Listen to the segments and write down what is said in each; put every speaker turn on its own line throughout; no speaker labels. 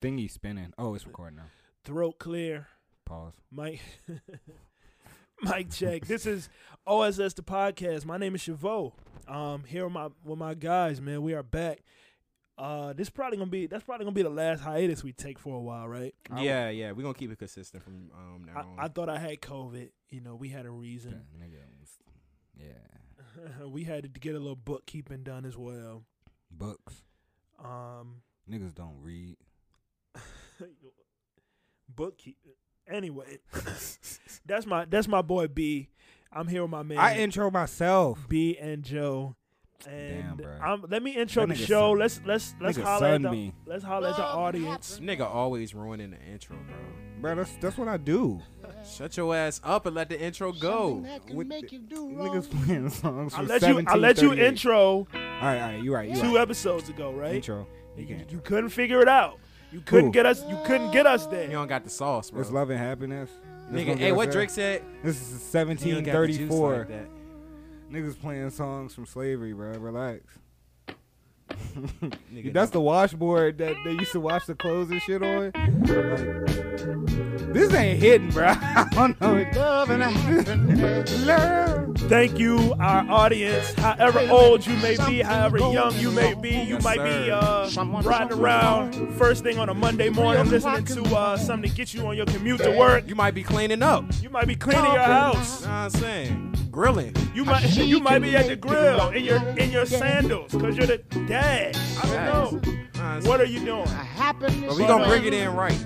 Thingy spinning. Oh, it's recording now.
Throat clear.
Pause.
Mike. Mike check. This is OSS the podcast. My name is Chavo. Um, here with my with my guys, man. We are back. Uh, this probably gonna be that's probably gonna be the last hiatus we take for a while, right?
I
yeah, yeah, we're gonna keep it consistent from um, now on.
I, I thought I had COVID. You know, we had a
Yeah,
reason.
nigga. was- yeah.
we had to get a little bookkeeping done as well.
Books.
Um,
Niggas don't read.
bookkeep. Anyway, that's my that's my boy B. I'm here with my man.
I intro myself.
B and Joe.
Damn,
And
bruh.
I'm, let me intro
That
the
nigga
show.
sun-
let's let's let's
nigga
holler at
sunned
the
me.
let's holler at the audience.
This nigga always ruining the intro, bro.
Bro, that's that's what I do.
Shut your ass up and let the intro go.
With the- Niggas playing songs
I
from
let you I let you
1738.
intro
All right, all right, you right, you
two
right.
episodes ago, right?
Intro. You
You,
can't.
you couldn't figure it out. You couldn't
Who?
get us. You couldn't get us
You
there.
don't got the sauce, bro.
It's love and happiness. This
nigga,
gonna
hey,
get us
what
there?
Drake said?
This is
He ain't got the juice
1734.
like that.
Niggas playing songs from slavery, bro. Relax.
Nigga,
That's
no.
the washboard that they used to wash the clothes and shit on. Like, this ain't hidden, bro. I don't know. It love and love.
Thank you, our audience. However old you may be, however young you may be, you
Yes,
might be
sir.
uh, riding around first thing on a Monday morning, listening to uh, something to get you on your commute to work.
You might be cleaning up. Know
You might be cleaning your house.
what I'm saying? Grilling.
You might you might be at the grill in your in your sandals because you're the dad. I don't know.
Know what I'm
What
saying?
are you doing?
But we gonna bring it in right.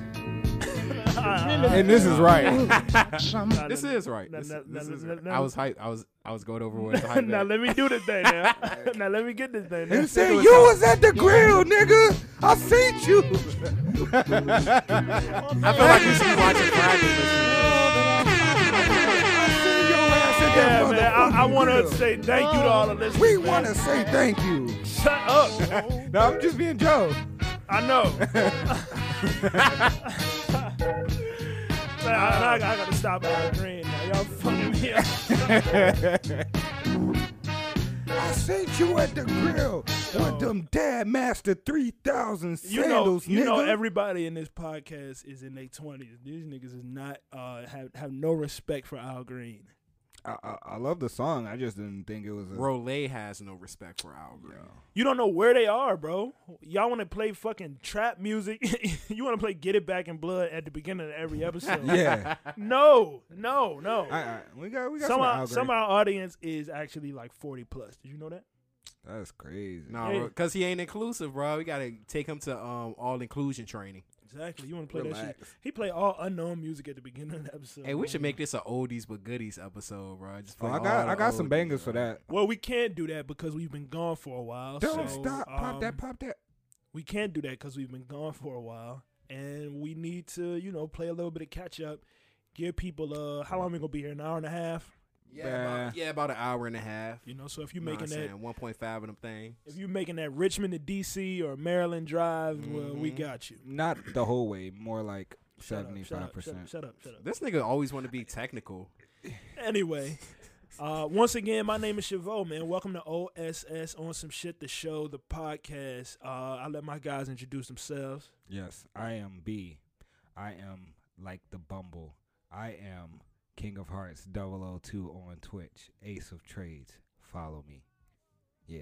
And this is right.
Nah,
This
nah,
is right.
nah,
This,
nah,
this
nah,
is
nah,
right.
nah.
I was hyped. I was I was going over what the hype.
now
at.
let me do this thing now. now let me get this thing now.
You said you was at the grill, nigga. I seen you.
I feel like we should be watching practice.
I seen your ass at that
Yeah, man.
motherfucking
I, I want to
grill.
say thank you to all the listeners.
We
man.
want to say thank you.
shut up.
No, I'm just being Joe.
I know. Man, I, I, I gotta stop out green now. Y'all fucking me up.
I seen you at the grill with them Dad Master 3000 sandals,
you know, you
nigga.
know, everybody in this podcast is in their twenties. These niggas is not uh, have have no respect for Al Green.
I, I, I love the song. I just didn't think it was a.
Rolay has no respect for Al Green.
You don't know where they are, bro. Y'all want to play fucking trap music? you want to play Get It Back in Blood at the beginning of every episode?
Yeah.
No, no, no.
I, I, we got we got
some
some,
our,
algorithm.
some of our audience is actually like forty plus. Did you know that?
That's crazy.
No,
Yeah.
because he ain't inclusive, bro. We gotta take him to um all inclusion training.
Exactly. You want to play that shit?
Relax.
He play all unknown music at the beginning of the episode.
Hey, we should
bro.
make this a oldies but goodies episode, bro. Just
Oh,
play
I
all
got
the
I got some
oldies,
bangers for
bro.
that.
Well, we can't do that because we've been gone for a while.
Don't
so,
stop, pop
um,
that, pop that.
we can't do that because we've been gone for a while, and we need to, you know, play a little bit of catch up. Give people uh, how long we gonna be here? An hour and a half.
Yeah, about, yeah, about an hour and a half.
You know, so if
You
you're making that,
one point five of them thing.
if you're making that Richmond to DC or Maryland Drive, well, we
Mhm.
Mm-hmm.
got you.
Not the whole way, more like
Shut up,
seventy
shut
five
up, shut up,
percent.
shut up, shut up.
This nigga always want to be technical.
Anyway, uh, once again, my name is Chavo, man. Welcome to OSS on some shit. The show, the podcast. Uh, I let my guys introduce themselves.
Yes, I am B. I am like the Bumble. I am King of Hearts 002 on Twitch. Ace of Trades. Follow me. Yeah,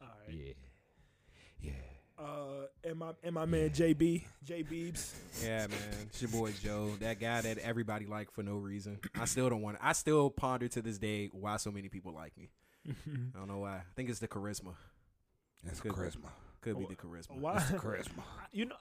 All right.
yeah, yeah.
Uh, and my and my man JB, J Beebs.
Yeah, man. It's your boy Joe, that guy that everybody like for no reason. I still don't want. I still ponder to this day why so many people like me. I don't know why. I think it's the charisma.
That's
Good.
charisma.
Could be the charisma.
Why?
Charisma.
You know,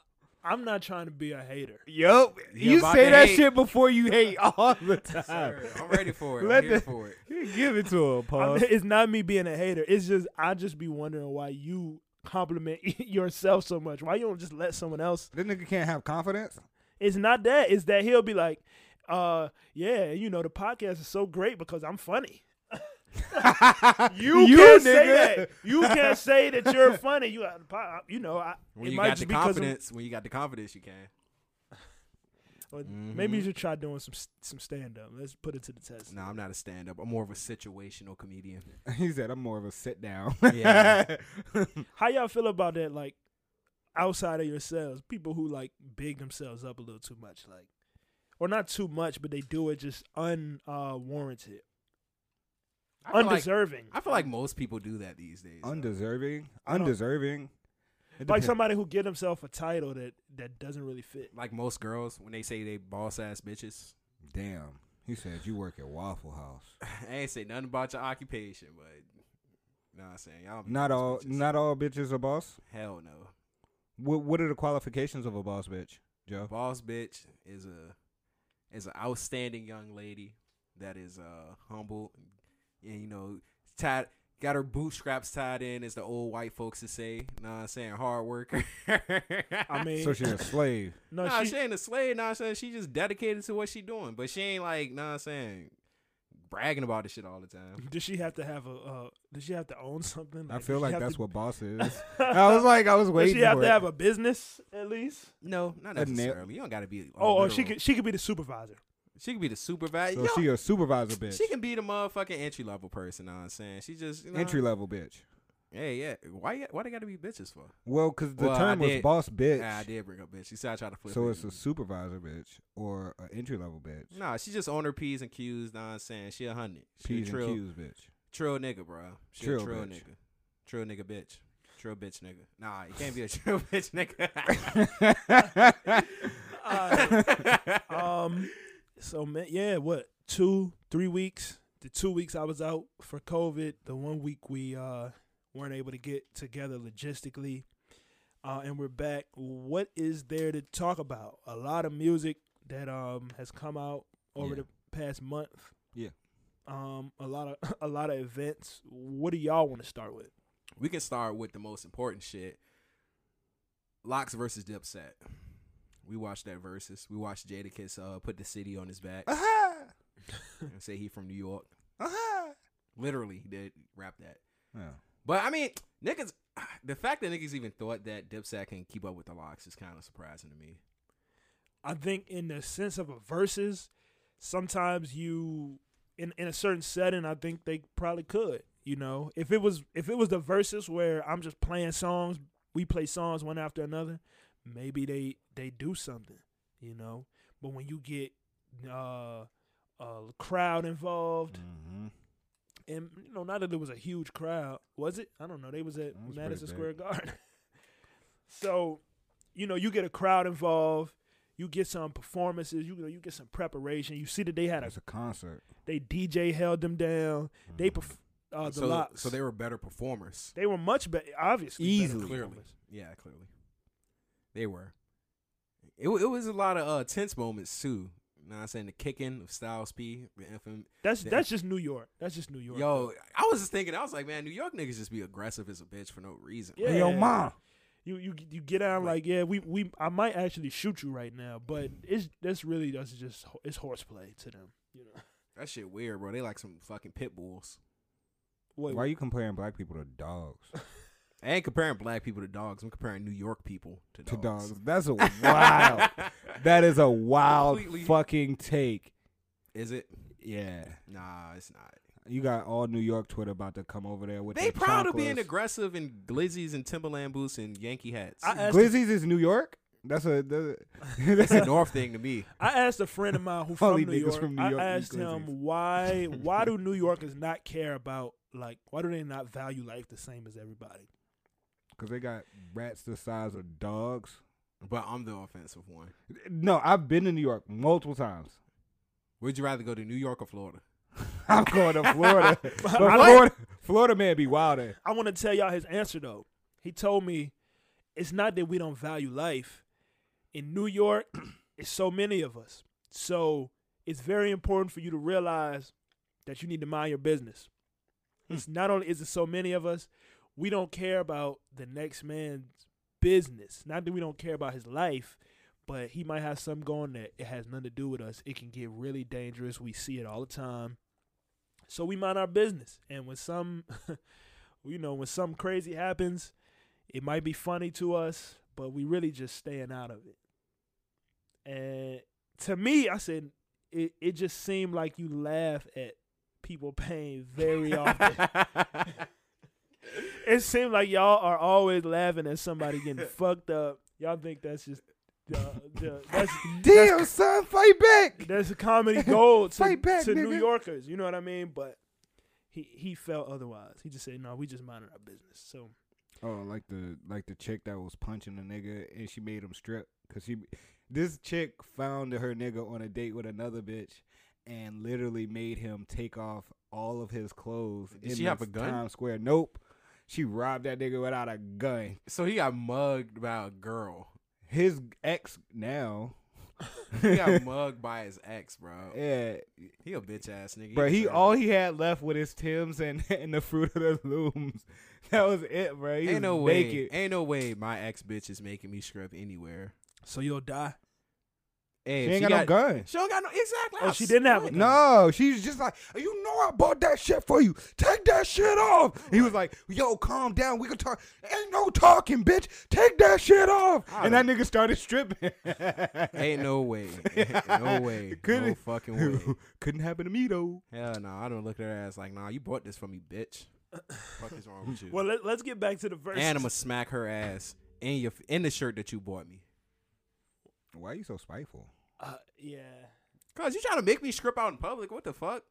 I'm not trying to be a hater.
Yo,
You about to hate.
before you hate all the time.
Sir, I'm ready for it.
Let
I'm here
the-
for it.
Give it to him,
I'm- it's not me being a hater. It's just I just be wondering why you compliment yourself so much. Why you don't just let someone else?
This nigga can't have confidence.
It's not that. It's that he'll be like, uh, yeah, you know, the podcast is so great because I'm funny. You, can't say that. You can't say that you're funny. You, got the po- you know, I,
When
it
you
might
got
just
the
be 'cause I'm-
confidence, when you got the confidence, you can.
or
Mm-hmm.
Maybe you should try doing some some stand up. Let's put it to the test.
No, I'm not a stand up. I'm more of a situational comedian.
He said, "I'm more of a sit down."
Yeah.
How y'all feel about that? Like, outside of yourselves, people who like big themselves up a little too much, like, or not too much, but they do it just unwarranted,
I feel like-
undeserving.
I feel like most people do that these days. though.
Undeserving.
I don't-
Undeserving. It
like
depends.
somebody who give themselves a title that that doesn't really fit.
like most girls when they say they boss ass bitches.
Damn. He says you work at Waffle House.
I ain't say nothing about your occupation, but you know what I'm saying? Y'all be
Not
boss
all.
bitches.
Not all bitches are boss.
Hell no.
What What are the qualifications of a boss bitch, Joe?
Boss bitch is a is an outstanding young lady that is uh humble and you know tied got her bootstraps tied in as the old white folks to say. You know what I'm saying? Hard worker.
I mean,
So she's a slave.
no,
nah,
she,
she, ain't a slave. Nah, I'm saying she just dedicated to what she doing, but she ain't like nah, I'm saying bragging about this shit all the time.
does she have to have a? Uh, does she have to own something?
I
does
feel
she
like
have
that's
to-
what boss is. I was like, I was
Does
waiting.
she have
for
to
it.
have a business at least?
No, not
A nip.
necessarily. You don't gotta be.
Oh, oh, she
literal.
could she could be the supervisor.
She could be the supervisor.
So
Yo,
she a supervisor bitch.
she can be the motherfucking entry level person. Know what I'm saying she just
uh,
you know,
Entry level bitch.
Hey, yeah. Why? you- Why they gotta be bitches for?
Well, because the
Well, I
term was
did-
boss
Ah,
bitch.
I did bring up bitch. She said I tried to flip.
So
it.
it's a supervisor bitch or an entry level bitch.
Nah, she just on her p's and q's. Know what I'm saying she a hundred. She
P's
a
and
trill,
Q's bitch.
trill nigga, bro. She
Trill
a trill
bitch.
nigga. Trill nigga bitch. Trill bitch nigga. Nah, you can't be a trill bitch nigga.
Uh, um, so man, yeah, what two, three weeks? The two weeks I was out for COVID, the one week we uh weren't able to get together logistically, uh, and we're back. What is there to talk about? A lot of music that um has come out over
Yeah.
the past month.
Yeah.
Um, a lot of a lot of events. What do y'all want to start with?
we can start with the most important shit. Locks versus Dipset. We watched that versus. We watched Jadakiss uh, put the city on his back
Aha!
and say he from New York.
Aha!
Literally, he did rap that.
Yeah.
But I mean, niggas, the fact that niggas even thought that Dipset can keep up with the Locks is kind of surprising to me.
I think in the sense of a verses, sometimes you in in a certain setting, I think they probably could. You know, if it was if it was the verses where I'm just playing songs, we play songs one after another, maybe they they do something. You know, but when you get uh, a crowd involved,
Mhm.
and you know, not that it was a huge crowd, was it? I don't know. They was at
That was pretty
Madison
big.
Square Garden. so, you know, you get a crowd involved, you get some performances, you know, you get some preparation. You see that they had a
That's a concert.
they DJ held them down. They perf- uh, the
so,
locks.
so they were better performers.
they were much better, obviously.
Easily.
better
Clearly.
performers.
Yeah, clearly. They were. It, wa- it was a lot of uh, tense moments, too. You know what I'm saying? The kicking of Styles P, the infam-
That's
They-
that's just New York. That's just New York.
Yo, I was just thinking, I was like, man, New York niggas just be aggressive as a bitch for no reason.
Yeah.
Hey, yo, mom.
you you you get out like, yeah, we we I might actually shoot you right now, but it's that's really that's just ho- it's horseplay to them. You know,
That shit weird, bro. They like some fucking pit bulls.
wait,
Why are you comparing black people to dogs?
I ain't comparing black people to dogs. I'm comparing New York people to dogs.
To dogs. That's a wild. that is a wild
Completely.
fucking take.
Is it?
Yeah.
Nah, it's not.
You got all New York Twitter about to come over there with
they
their
proud of being
chanclas.
aggressive in glizzies and Timberland boots and Yankee hats.
I asked a
Glizzy's is New York. That's a that's a,
That's a North thing to me.
I asked a friend of mine who from
Probably
New
niggas
York.
from New York eat
I asked
glizzies.
him why why do New Yorkers not care about like why do they not value life the same as everybody?
because they got rats the size of dogs.
But I'm the offensive one.
No, I've been to New York multiple times.
Would you rather go to New York or Florida?
I'm going to Florida, but
What?
Florida, Florida man be wilder.
I want to tell y'all his answer though. He told me it's not that we don't value life. In New York, it's so many of us. So it's very important for you to realize that you need to mind your business. It's not only is it so many of us, we don't care about the next man's business. Not that we don't care about his life, but he might have something going that it has nothing to do with us. It can get really dangerous. We see it all the time. So we mind our business. And when some you know, when something crazy happens, it might be funny to us, but we really just staying out of it. And to me, I said it, it just seemed like you laugh at people pain very often. it seems like y'all are always laughing at somebody getting fucked up. Y'all think that's just uh, the- that's
Damn, son, fight back.
that's a comedy gold to,
Fight back,
to New
nigga.
Yorkers. You know what I mean? But he he felt otherwise. He just said, "No, we just minded our business." So
Oh, like the like the chick that was punching the nigga and she made him strip because she this chick found her nigga on a date with another bitch and literally made him take off all of his clothes.
Did
in
she have
this
a gun?
Times Square. Nope. She robbed that nigga without a gun.
So he got mugged by a girl.
His ex now.
He got mugged by his ex, bro.
yeah,
He a bitch ass nigga.
But he
deserve
all
it.
he had left with his Tim's and, and the fruit of the looms. That was it, bro. He
ain't no way.
naked.
Ain't no way. My ex bitch is making me strip anywhere.
so you'll die.
Hey,
She
if
ain't got, no gun.
She don't got no exactly.
Oh,
I
she didn't have
swear.
a gun.
No, she's just like, you know, I bought that shit for you. Take that shit off. He was like, yo, calm down. We can talk. Ain't no talking, bitch. Take that shit off. And that nigga started stripping.
Ain't no way. no way.
Couldn't-
No fucking way.
Couldn't happen to me though.
Hell no. I don't look at her ass like, nah, you bought this for me, bitch. fuck is wrong with you?
Well, let, let's get back to the verse.
and I'ma smack her ass in your in the shirt that you bought me.
Why are you so spiteful?
uh, yeah.
Cause you trying to make me strip out in public. What the fuck?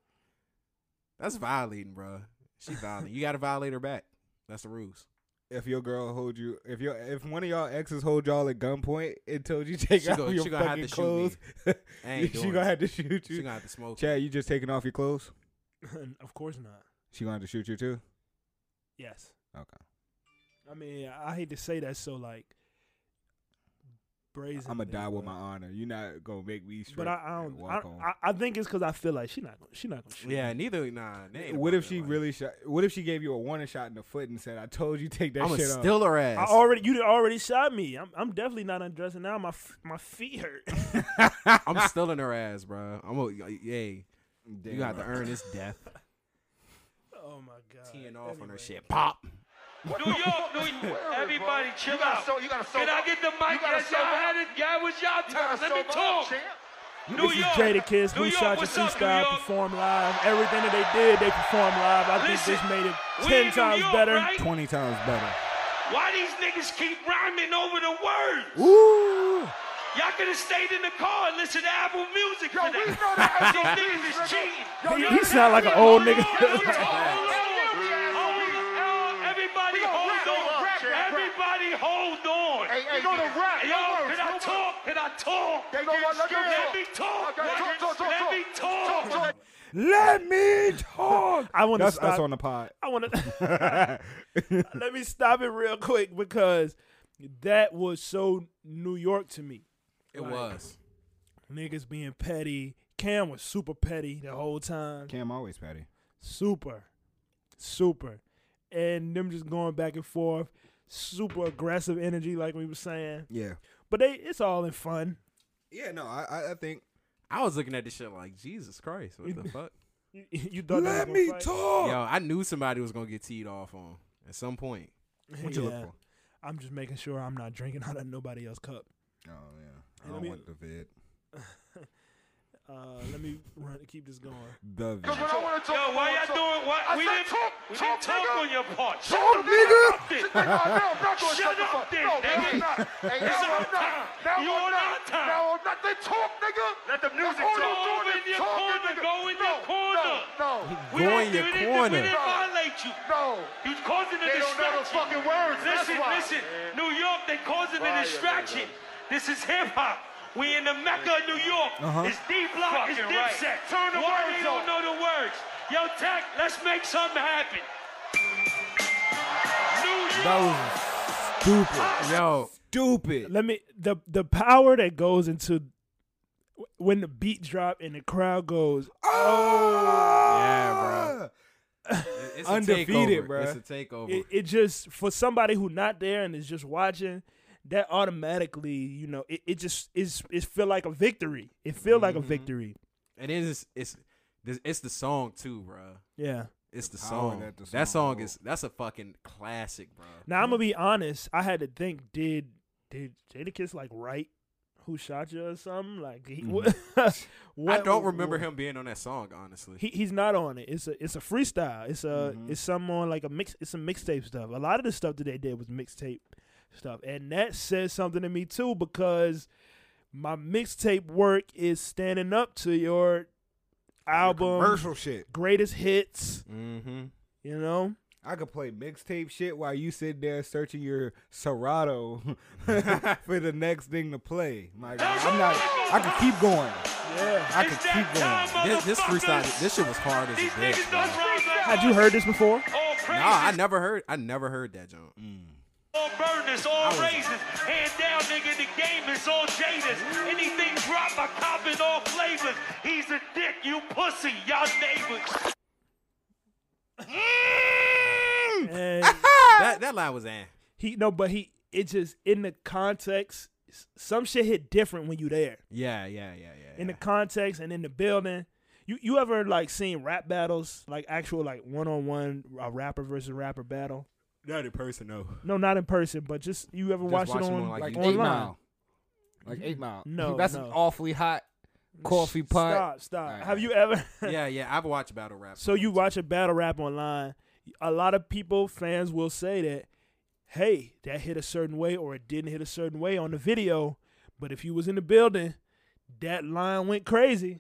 That's violating, bro. She violating. you gotta violate her back. That's the rules.
If your girl hold you, if your if one of y'all exes hold y'all at gunpoint and told you take
She
off
go-
your
she gonna
fucking
have to shoot me.
clothes,
I ain't
she
doing
gonna
it.
have to shoot
She
you.
gonna have to smoke.
Chad, you just taking off your clothes?
of course not.
She gonna have to shoot you too?
Yes.
Okay.
I mean, I hate to say that. So like, brazen.
I'm gonna die with my honor. You're not gonna make me strip.
But I, I
and
don't. I,
walk home.
I, I think it's because I feel like she not. gonna- She not gonna shoot.
Yeah, neither. Nah. they ain't
what if
about
she
that life.
really shot? What if she gave you a warning shot in the foot and said, "I told you take that
I'ma
shit
steal her
I
ass.
already. You done already shot me. I'm. I'm definitely not undressing now. My f- my feet hurt.
off."
I'm stealing her ass, bro. I'm a yay.
Damn
you got to
right.
earn this death.
oh my god.
Teeing off on her
Anyway.
shit. Pop.
New York, New York. Everybody, chill out.
So you gotta sober.
Can I get the mic?
You gotta
Yes,
sober
y'all
up.
had it. Yeah, it was y'all
You
turn.
gotta
Let me
sober up,
talk.
champ.
New
this
York,
is Jada Kiss.
New
Who
York,
shot your
what's up,
freestyle?
New York?
Performed live. Everything that they did, they performed live. I think
Listen,
this made it
we in
ten
New
times
York,
better.
right?
Twenty times better.
Why these niggas keep rhyming over the words?
Ooh,
Y'all could have stayed in the car and listened to Apple Music
Yo,
for
we
that.
know that.
These niggas is cheating.
He- he sound like an old nigga.
Hold on, hold on. Everybody hold on. Everybody hold on.
Hey, hey, you know the rap.
Yo,
no words,
can I
no
talk? Can I talk?
They getting scared.
Let me talk.
Okay, talk, talk, talk,
Let me
talk.
talk.
Talk, talk.
let me talk.
I want to
That's
stop.
us on the pod.
I want to. Let me stop it real quick because that was so New York to me.
It was.
Niggas being petty. Cam was super petty the whole time.
Cam always patty.
Super. Super. And them just going back and forth. Super aggressive energy, like we were saying.
Yeah.
But they it's all in fun.
Yeah. No, I I, I think.
I was looking at this shit like Jesus Christ. What the fuck?
You, you thought they was gonna fight?
talk.
Yo, I knew somebody was gonna get teed off on at some point.
What you
Yeah.
look for?
I'm just making sure I'm not drinking out of nobody else's cup.
Oh yeah.
Hey, let
I don't
me-
want the vid.
Uh, let me run keep this going.
The vid.
Because when I want to talk,
Yo, why y'all doing what?
I
We
said
didn't
talk,
we
talk,
didn't talk
nigga.
on your part. Shut
Shut up,
up,
nigga.
then.
Nigga, no, I'm not gonna
Shut
shut the
up
fuck.
then,
No, now
nigga.
I'm not. Hey,
It's
now
our
I'm not.
time.
Now
You
I'm
on our
not.
time.
Now I'm not. They talk, nigga.
Let the music
That's all
talk.
they're
Go
doing
in
is
your
talking,
corner,
nigga.
go in
No,
your corner.
No,
We
Go
didn't
in
do
your
anything. We
corner.
didn't violate you.
no, no.
You causing a
They don't
distraction.
know those fucking words, that's
Listen,
why.
listen. New York, they causing a
Why,
distraction. This is hip hop. We in the mecca of New York.
Uh-huh.
It's D Block, it's
Fucking right.
Dipset.
Turn the
Why
words
they don't
on.
know the words? Yo, Tech, let's make something happen. New
That
York.
was stupid.
Yo,
Stupid.
let me the the power that goes into when the beat drop and the crowd goes
Oh.
it's
Undefeated,
a takeover.
bruh.
It's a takeover.
it, it just for somebody who not there and is just watching that automatically you know it, it just is it feel like a victory it feel like a
Mm-hmm.
victory
and it is. It's. this- It's the song too, bruh.
yeah
It's the,
power
song.
that the
That
song
song is. That's a fucking classic, bruh.
now i'm gonna be honest i had to think did did jadakiss like write who shot you or something. Like he,
Mhm.
what-
Mm-hmm. I don't remember him being on that song, honestly.
He, he's not on it. It's a it's a freestyle. It's a
Mhm.
it's some on like a mix. It's some mixtape stuff. A lot of the stuff that they did was mixtape stuff, and that says something to me too because my mixtape work is standing up to your album
commercial shit.
greatest hits.
mm-hmm.
You know,
I could play mixtape shit while you sit there searching your Serato for the next thing to play. My God, I'm not. I could keep going.
yeah.
I
It's
could
that
keep
time,
going.
This, this freestyle,
motherfuckers.
this shit was hard as a
These
bitch.
niggas don't
bro.
rhyme like
Had you heard this before?
all
Nah,
praises,
I never heard. I never heard that jump. Mm.
all burners, all
was-
raises. Hand down, nigga, the game is all jaded. Anything dropped, I cop in all flavors. He's a dick, you pussy, y'all neighbors.
And
That that line was eh.
he no, but he it just in the context. s- Some shit hit different when you there.
Yeah, yeah, yeah, yeah.
in the
yeah.
context and in the building. You you ever like seen rap battles like actual like one on one a rapper versus rapper battle?
not in person though.
No, not in person, but just you ever
Just
watch,
watch
it
them
on
on,
like,
like,
Like
YouTube.
eight
online?
mile. Like eight mile.
No,
that's
Oh, no.
an awfully hot coffee pot.
Stop, stop.
Alright,
Have you ever?
yeah, yeah. I've watched battle rap.
so you
before.
watch a battle rap online. A lot of people fans will say that, hey, that hit a certain way or it didn't hit a certain way on the video, but if you was in the building, that line went crazy.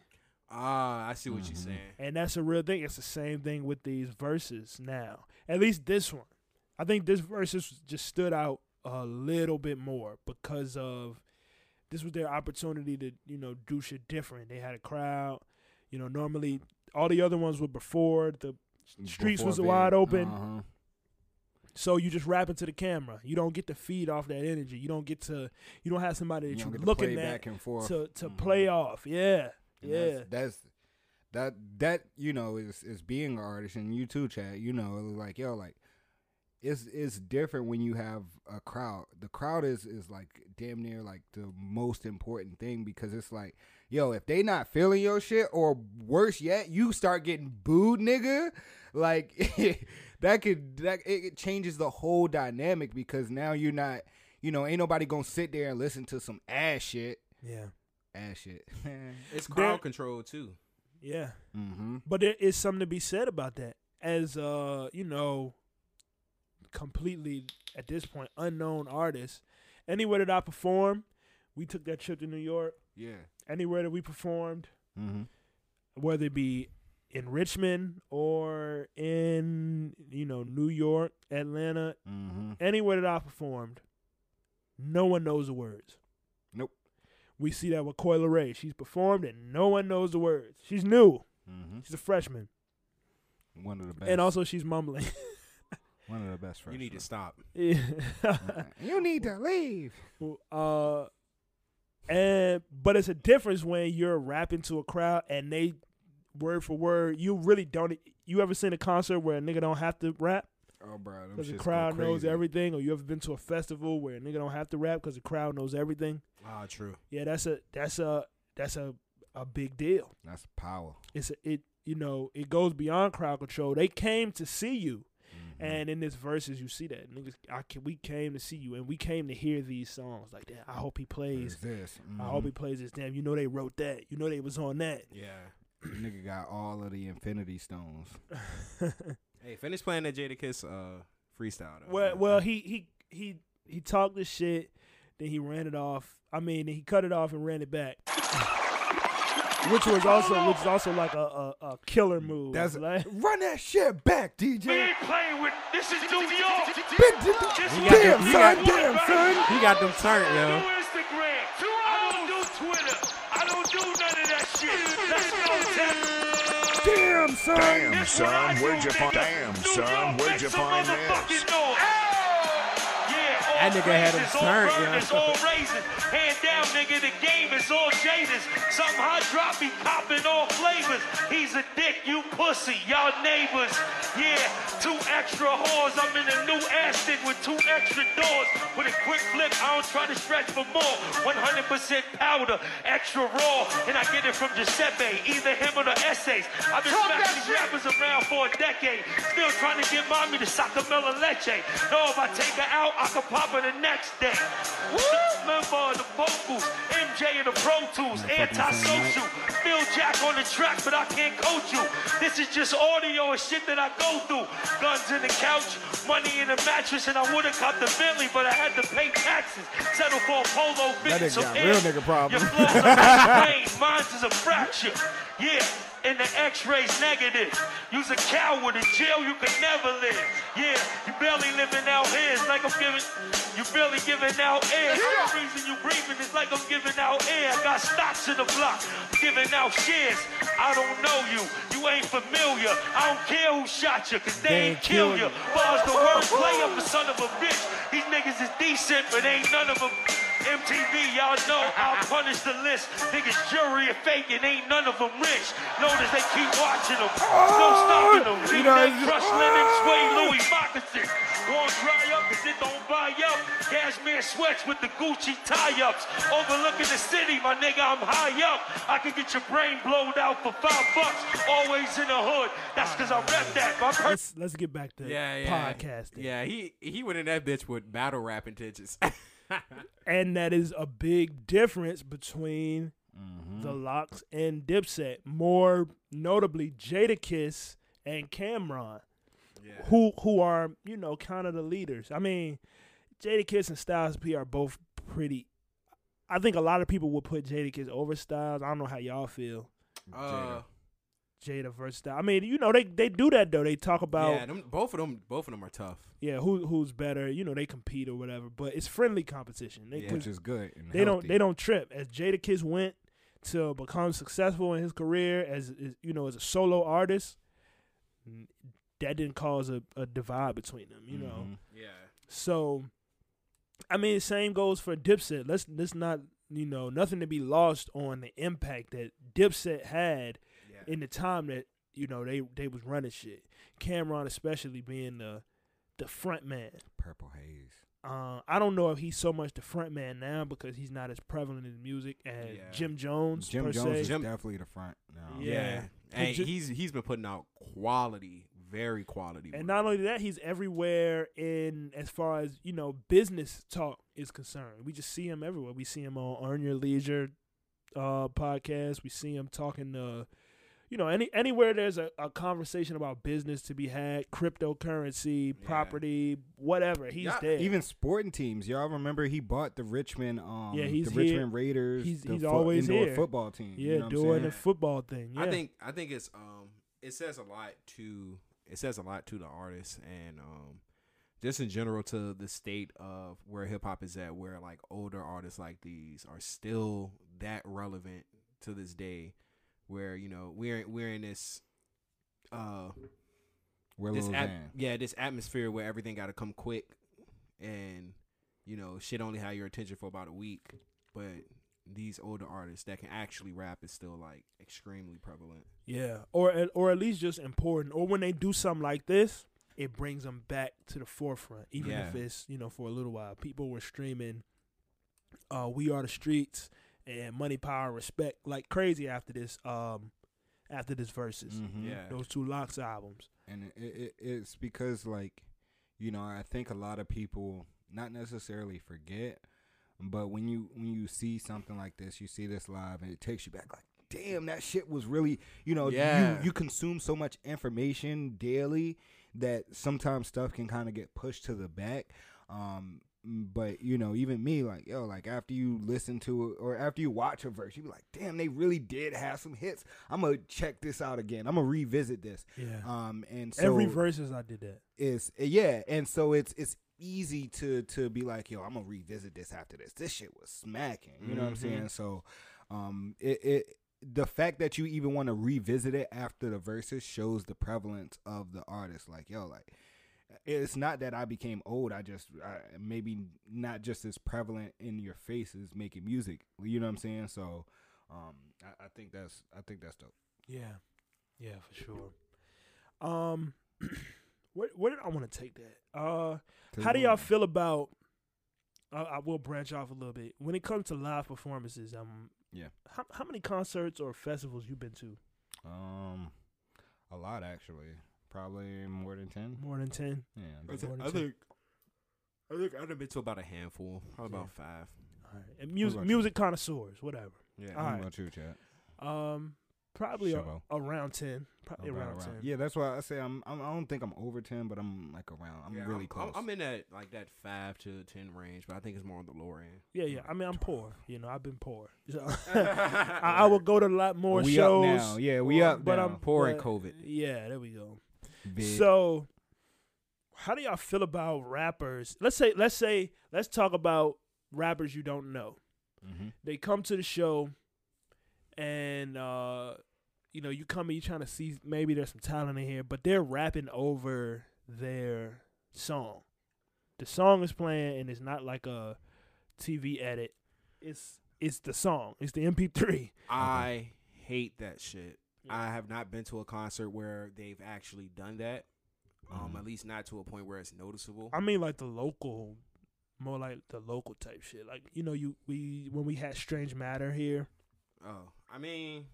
Ah, I see what you're saying.
And that's a real thing. It's the same thing with these verses now. At least this one. I think this verses just stood out a little bit more because of this was their opportunity to, you know, do shit different. They had a crowd. You know, normally all the other ones were before the streets was
Before
wide
bed.
open.
Uh-huh.
So you just rapping to the camera. You don't get to feed off that energy. You don't get to you don't have somebody that
You
you
don't
are
get to play
looking at
back and forth. Mm-hmm.
to to play off. Yeah.
And
yeah.
that's, that's that that you know is is being an artist, and you too, Chad. You know, like yo, like it's it's different when you have a crowd. The crowd is is like damn near like the most important thing because it's like yo, if they not feeling your shit, or worse yet, you start getting booed, nigga. Like that could that it it changes the whole dynamic because now you're not. You know, ain't nobody gonna sit there and listen to some ass shit.
yeah.
Ass shit.
It's
There-
crowd control too.
Yeah.
mm-hmm.
But there is something to be said about that. As uh, you know, completely at this point unknown artist. Anywhere that I perform, we took that trip to New York.
Yeah.
Anywhere that we performed,
Mm-hmm.
whether it be in Richmond or in you know New York, Atlanta,
Mm-hmm.
anywhere that I performed, no one knows the words.
Nope.
We see that with Coyle Ray. She's performed and no one knows the words. She's new.
Mm-hmm.
She's a freshman,
One of the best.
and also she's mumbling.
one of the best friends.
You need to stop.
Yeah.
you need to leave.
uh, and but it's a difference when you're rapping to a crowd and they word for word. You really don't. e, You ever seen a concert where a nigga don't have to rap
Oh, bro, them
because the
shits go
crowd knows
crazy.
everything, or you ever been to a festival where a nigga don't have to rap because the crowd knows everything?
Ah, true.
Yeah, that's a that's a that's a a big deal.
That's power.
It's a, it you know it goes beyond crowd control. They came to see you.
Mhm.
And in this verses, you see that niggas, I can, we came to see you, and we came to hear these songs. Like, damn, I hope he plays.
There's this.
I hope he
Mhm.
plays this. Damn, you know they wrote that. You know they was on that.
Yeah.
Mm-hmm. nigga got all of the Infinity Stones.
Hey, finish playing that Jada Kiss uh freestyle. Though.
well, well, he he he he talked this shit, then he ran it off. I mean, he cut it off and ran it back, which was also which is also like a a, a killer move.
That's
like,
run that shit back,
We
DJ.
ain't playing with this is New York.
Bitch, d-
Just
d-
like
Damn,
we
son,
got
damn,
one
son.
he got them
I
turned,
don't
yo.
do Instagram. I don't do Twitter. I don't do none of that shit. Let's go, Tech.
Damn, son.
Damn,
That's what
son,
I do,
where'd you
nigga.
find? Damn,
New
son,
York
where'd
makes
you
some
find this?
motherfucking noise. Yeah, all
That nigga had him
praises, all
turned, yo.
burners, all raisins. Hand down, nigga, the game is all jaders. Something hot drop, he copping all flavors. He's a dick, you pussy, y'all neighbors. Yeah, two extra whores. I'm in a new Aston with two extra doors. With a quick flip, I don't try to stretch for more. 100% powder, extra raw. And I get it from Giuseppe, either him or the essays. I've been
Talk
smacking
that
these
shit.
rappers around for a decade. Still trying to get mommy to Sacamela Leche. No, if I take her out, I can pop Papa the next day. Member of the vocals, MJ of the Pro Tools, antisocial. Phil Jack on the track, but I can't coach you. This is just audio and shit that I go through. Guns in the couch, money in the mattress, and I would have caught the Bentley, but I had to pay taxes. Settle for a polo
That
fit.
nigga
some
got
air.
real nigga problems.
Your flows are pain, mine's is a fracture. Yeah, and the x-ray's negative. You's a coward in jail, you could never live. Yeah, you barely living out airs like I'm giving, you barely giving out air. The only reason you breathing is like I'm giving out air. I got stocks in the block, giving out shares. I don't know you, you ain't familiar. I don't care who shot you, cause they ain't kill you. Bars the worst play, I'm the son of a bitch. These niggas is decent, but ain't none of them. MTV, y'all know I'll punish the list. Niggas jury and faking, ain't none of them rich. Notice they keep watching them, no stopping them.
You
You
know,
know,
it's just-
crush linen, sway Louis moccasins. Gonna dry up 'cause it don't buy up. Cashmere sweats with the Gucci tie-ups. Overlooking the city, my nigga, I'm high up. I can get your brain blown out for five bucks. Always in the hood, that's cause I rep that. My person
Let's let's get back to
Yeah, yeah.
podcasting.
Yeah, he he went in that bitch with battle rap intentions. Uh,
And that is a big difference between the locks and Dipset. More notably Jadakiss and Cameron. Who who are, you know, kind of the leaders. I mean, Jadakiss and Styles P are both pretty I think a lot of people would put Jadakiss over Styles. I don't know how y'all feel.
uh,
Jada versus Styles. I mean, you know, they they do that though. They talk about
yeah, them, both of them, both of them are tough.
yeah, who who's better? You know, they compete or whatever, but it's friendly competition. They,
Yeah.
which is good. And
they don't
healthy.
they don't trip. As Jadakiss went to become successful in his career as, as you know as a solo artist, n- that didn't cause a, a divide between them. You know,
Mhm.
Yeah,
so I mean, same goes for Dipset. Let's let's not you know nothing to be lost on the impact that Dipset had
yeah.
in the time that you know they they was running shit. Cameron especially being the the front man.
Purple haze.
Uh, I don't know if he's so much the front man now because he's not as prevalent in music as
Yeah.
Jim Jones.
Jim
per
Jones
se.
is
Jim-
definitely the front. now.
Yeah.
Hey,
Ju-
he's he's been putting out quality, very quality.
and
work.
not only that, he's everywhere in as far as you know business talk is concerned. We just see him everywhere. We see him on Earn Your Leisure uh, podcast. We see him talking to you know any anywhere there's a, a conversation about business to be had, cryptocurrency,
Yeah.
property, whatever. He's
Yeah,
there.
Even sporting teams, y'all remember he bought the Richmond, um,
Yeah, he's
the
here.
Richmond Raiders.
He's-
the
he's
fo-
always
indoor
here.
football team.
yeah,
you know what I'm
doing
saying?
the football thing. Yeah.
I think I think it's um it says a lot to it says a lot to the artist and um just in general to the state of where hip hop is at where like older artists like these are still that relevant to this day where you know we're we're in this uh
Where
this
Lil
at-
Xan.
yeah this atmosphere where everything got to come quick and you know shit only had your attention for about a week but these older artists that can actually rap is still like extremely prevalent
Yeah, or at- or at least just important. Or when they do something like this, it brings them back to the forefront, even
Yeah.
if it's you know for a little while. People were streaming, uh, "We Are the Streets" and "Money, Power, Respect" like crazy after this, um, after this verses,
Mhm.
Mm-hmm. yeah
those two Locks albums.
and it, it, it- it's because like you know i think a lot of people not necessarily forget but when you when you see something like this you see this live and it takes you back like damn that shit was really you know
Yeah.
you, you consume so much information daily that sometimes stuff can kind of get pushed to the back um but you know even me like yo like after you listen to it or after you watch a verse you be like damn they really did have some hits i'm gonna check this out again i'm gonna revisit this
Yeah,
um and so
every verses I did that.
is yeah and so it's it's easy to to be like yo i'm gonna revisit this after this this shit was smacking you know what i'm
Mm-hmm.
Mhm.
saying so um it it the fact that you even want to revisit it after the verses shows the prevalence of the artist like yo like it's not that i became old i just I, maybe not just as prevalent in your faces making music you know what i'm saying so um I, I think that's i think that's dope
Yeah, yeah, for sure. Um, where where did I want to take that? Uh. How do y'all feel about? I, I will branch off a little bit when it comes to live performances. Um,
Yeah.
How how many concerts or festivals you been to?
Um, a lot actually. Probably more than ten.
More than ten.
Yeah,
I
That's
but-
what it
think, I
took.
think I think I'd have been to about a handful, probably
Yeah.
about five.
All right. And music,
about you?
music connoisseurs, whatever.
Yeah.
All
What
right.
about you, Chad?
Um, probably a-
Shabbo.
around ten. Probably
About
around,
around-
ten.
Yeah, that's why I say I'm, I'm. I don't think I'm over ten, but I'm like around. I'm
Yeah,
really
I'm,
close.
I'm, in that like that five to ten range, but I think it's more on the lower end.
Yeah, yeah. I mean, I'm poor. You know, I've been poor. So I, I would go to a lot more
we
shows. um,
up now. Yeah, we up.
but
But
I'm
I'm
Poor and
but-
COVID.
Yeah, there we go.
big.
So, how do y'all feel about rappers? Let's say, let's say, let's talk about rappers you don't know.
Mhm.
They come to the show, and uh, you know, you come and you trying to see maybe there's some talent in here, but they're rapping over their song. The song is playing, and it's not like a TV edit. It's it's the song. It's the MP3.
I hate that shit.
Yeah.
I have not been to a concert where they've actually done that. Um, at least not to a point where it's noticeable.
I mean, like the local, more like the local type shit. Like you know, you we when we had Strange Matter here,
oh, I mean,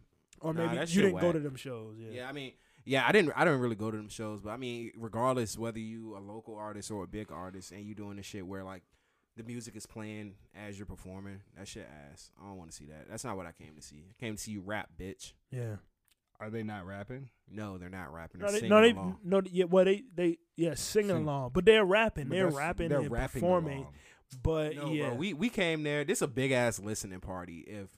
or
Nah,
maybe
that
you
shit
didn't go
whack.
to them shows. Yeah.
yeah. I mean, yeah, I didn't, I didn't really go to them shows, but I mean, regardless whether you a local artist or a big artist, and you doing the shit where like the music is playing as you're performing, that shit ass. I don't want to see that. That's not what I came to see. I came to see you rap, bitch.
Yeah.
Are they not rapping?
No, they're not rapping. They're
No, they,
singing
no, they,
along.
no, they- e-, yeah. Well, they, they, yeah, singing
Sing-
along, but they're rapping,
But
they're
that's-
rapping,
they're
and
rapping
performing.
along.
But
No,
yeah,
bro, we we came there. This a big ass listening party. If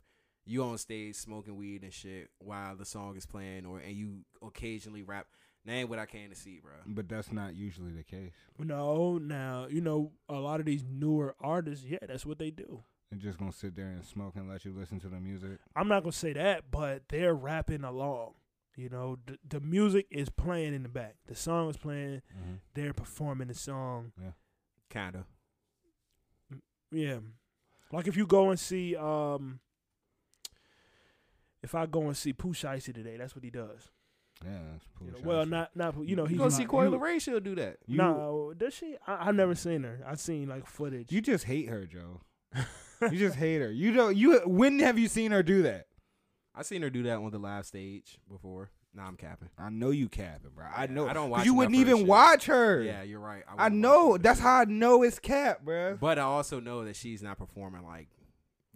you on stage smoking weed and shit while the song is playing, or and you occasionally rap, that ain't what I came to see, bro.
But that's not usually the case.
no, now you know a lot of these newer artists. Yeah, that's what they do.
They're just gonna sit there and smoke and let you listen to the music.
I'm not gonna say that, but they're rapping along. You know, the, the music is playing in the back. The song is playing.
Mhm.
They're performing the song.
Kinda.
Yeah. Like if you go and see um if I go and see Pooh Shiesty today, that's what he does.
Yeah, that's
You
cool.
know,
Shout
well,
out.
not not Pooh- you know
You
he's
gonna see
my-
Corey
you-
LeRae? She'll do that.
you,
no, does she? I, I've never seen her. I've seen like footage.
you just hate her, Joe. you just hate her. You don't. You when have you seen her do that?
I seen her do that on the live stage before. Nah, I'm capping.
I know you capping, bro. I know.
I don't
'cause
watch
You
enough
wouldn't
of her
even
shit.
watch her.
Yeah, you're right.
I
wouldn't
know.
watch it.
That's how I know it's cap, bro.
But I also know that she's not performing like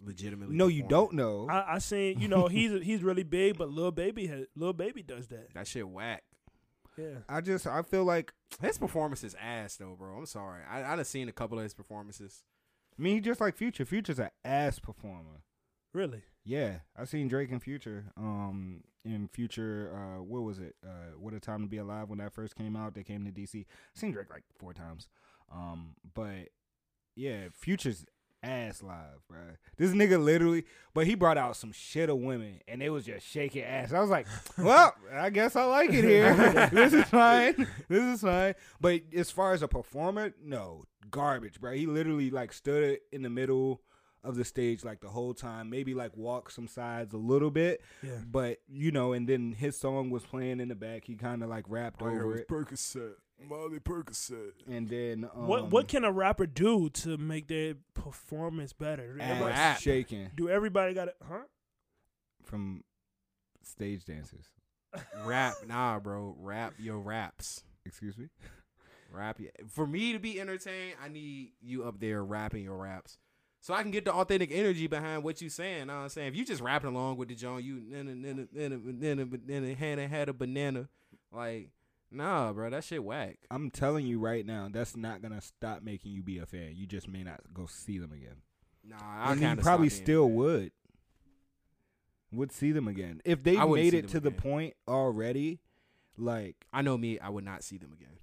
legitimately.
No, you
performing.
don't know.
I, I seen you know he's he's really big, but little baby has, little baby does that.
That shit whack.
Yeah.
I just I feel like
His performance is ass though, bro. I'm sorry. I I done seen a couple of his performances.
I mean, he just like Future. Future's an ass performer.
Really.
Yeah, I seen Drake and Future. Um, in Future, uh, what was it? Uh, what a time to be alive when that first came out. They came to DC. I seen Drake like four times. Um, but yeah, Future's ass live, bro. This nigga literally, but he brought out some shit of women, and they was just shaking ass. I was like, well, I guess I like it here. this is fine. This is fine. But as far as a performer, no garbage, bro. He literally like stood in the middle of the stage like the whole time. Maybe like walk some sides a little bit,
Yeah.
but you know. And then his song was playing in the back. He kind of like rapped over it,
Percocet, Molly Percocet.
and then um,
what what can a rapper do to make their performance better? Do
um, ass
everybody-
Rap.
shaking
do everybody got it? Huh?
from stage dances.
Rap, nah, bro. Rap your raps.
Excuse me.
Rap your, for me to be entertained. I need you up there rapping your raps, so I can get the authentic energy behind what you saying. Know what I'm saying if you just rapping along with the John, you nana nana nana nana banana Hannah had a banana, like nah, bro. That shit whack.
I'm telling you right now, that's not gonna stop making you be a fan. You just may not go see them again.
Nah, I
and you
kind of
probably still would. Would see them again if they
I wouldn't
made
see
it
them
to the
again.
point already. Like
I know me. I would not see them again.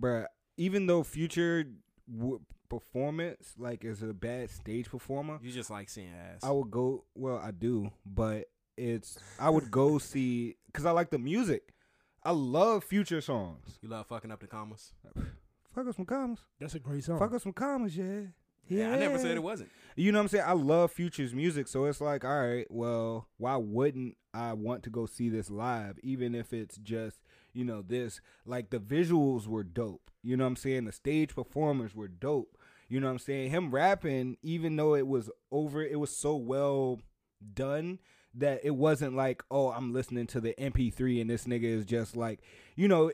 bruh, even though Future w- performance like is a bad stage performer,
You just like seeing ass.
I would go. Well, I do, but it's I would go see because I like the music. I love Future songs.
you love fucking up the commas.
Fuck us some commas.
That's a great song.
Fuck us some commas, yeah.
Oh. Yeah, I never said
Yeah.
it wasn't.
You know what I'm saying? I love Future's music, so it's like, all right, well, why wouldn't I want to go see this live, even if it's just, you know, this? Like the visuals were dope. You know what I'm saying? The stage performers were dope. You know what I'm saying? Him rapping, even though it was over, it was so well done that it wasn't like, oh, I'm listening to the MP3 and this nigga is just like, you know,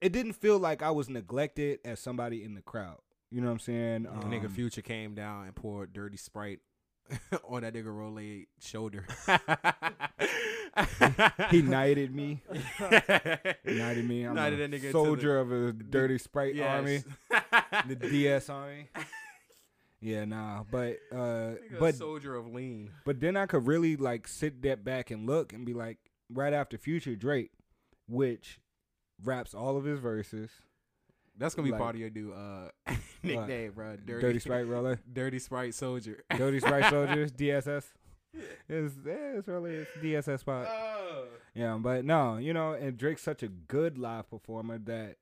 it didn't feel like I was neglected as somebody in the crowd. You You know what I'm saying? Um,
nigga Future came down and poured dirty Sprite on that nigga Rolade shoulder.
He knighted me.
knighted
Knighted me. I'm
Knighted
a
that nigga to
soldier of a dirty sprite
Yes.
army. The DS army. Yeah, nah. But uh
Nigga
but
soldier of lean.
But then I could really like sit that back and look and be like, right after Future Drake, which raps all of his verses,
That's gonna be
Like-
part of your new uh, nickname, bro. Dirty,
Dirty, Sprite Roller,
Dirty Sprite Soldier.
Dirty Sprite Soldiers, DSS. It's, yeah, it's really it's DSS spot.
Oh.
Yeah, but no, you know, and Drake's such a good live performer that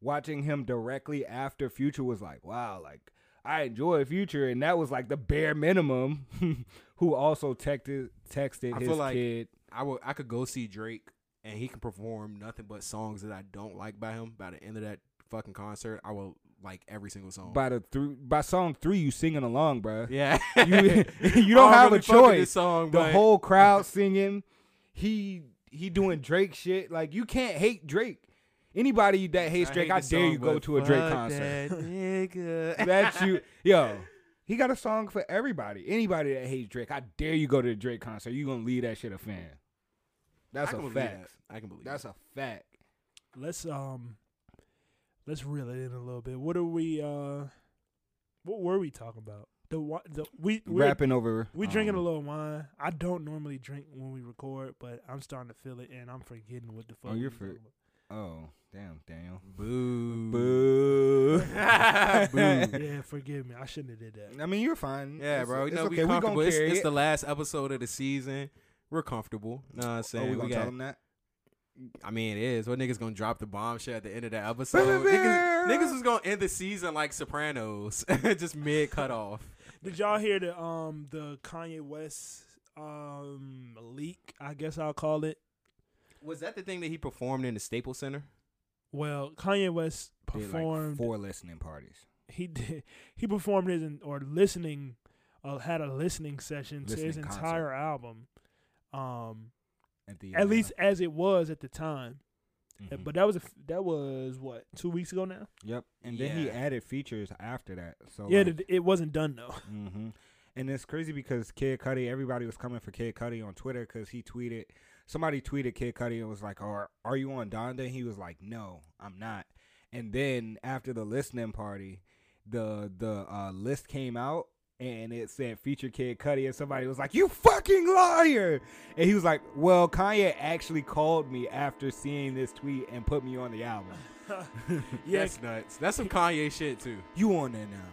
watching him directly after Future was like, wow, like I enjoy Future, and that was like the bare minimum. who also texted texted
I
his
feel like-
kid.
I would I could go see Drake and he can perform nothing but songs that I don't like by him. By the end of that fucking concert, I will like every single song.
by the through by song three you singing along, bruh.
yeah,
You you don't
I
have
really
a
fuck with This
choice.
song,
The
but
whole crowd singing, he he doing Drake shit. Like you can't hate Drake. Anybody that hates Drake,
hate
I
this
dare
song,
you go
but
to a Drake
fuck
concert.
That nigga.
That's you, yo. He got a song for everybody. Anybody that hates Drake, I dare you go to a Drake concert. You gonna leave that shit a fan. That's
I can
a
believe
fact.
That. I can believe
That's
that.
a fact.
Let's um, let's reel it in a little bit. What are we? uh What were we talking about? The wi- the we we're-
Rapping over.
We drinking
um,
a little wine. I don't normally drink when we record, but I'm starting to feel it, and I'm forgetting what the fuck.
you're
we
for-
talking about.
Oh damn, Daniel.
boo.
Boo.
Boo.
yeah, forgive me. I shouldn't have did that.
I mean, you're fine.
Yeah,
It's-
bro.
It's
no, we
okay. We
comfortable.
gonna
it's,
carry
it's
it. Oh,
the last episode of the season. We're comfortable. Know what I'm
Oh,
saying?
we
we
gonna
got,
tell them that.
I mean, it is. What niggas gonna drop the bombshell at the end of that episode?
Baby
niggas,
bear.
niggas was gonna end the season like Sopranos, just mid cutoff.
Did y'all hear the um the Kanye West um leak? I guess I'll call it.
Was that the thing that he performed in the Staples Center?
Well, Kanye West
Did, like,
performed.
four listening parties.
he did. He performed his en- or listening, uh, had a listening session to his
Listening concert.
entire album. Um,
At, the
at
Atlanta.
least as it was at the time.
Mhm.
But that was a f- that was what two weeks ago now.
yep. And then he
Yeah.
added features after that. So
Yeah,
like,
it, it wasn't done though.
hmm And it's crazy because Kid Cudi, everybody was coming for Kid Cudi on Twitter because he tweeted, somebody tweeted Kid Cudi and was like, "Are are you on Donda?" He was like, "No, I'm not." And then after the listening party, the the uh, list came out and it said feature Kid Cudi, and somebody was like, "You fucking liar!" And he was like, "Well, Kanye actually called me after seeing this tweet and put me on the album.
Yeah,
That's nuts. That's some Kanye shit too.
You on there now?"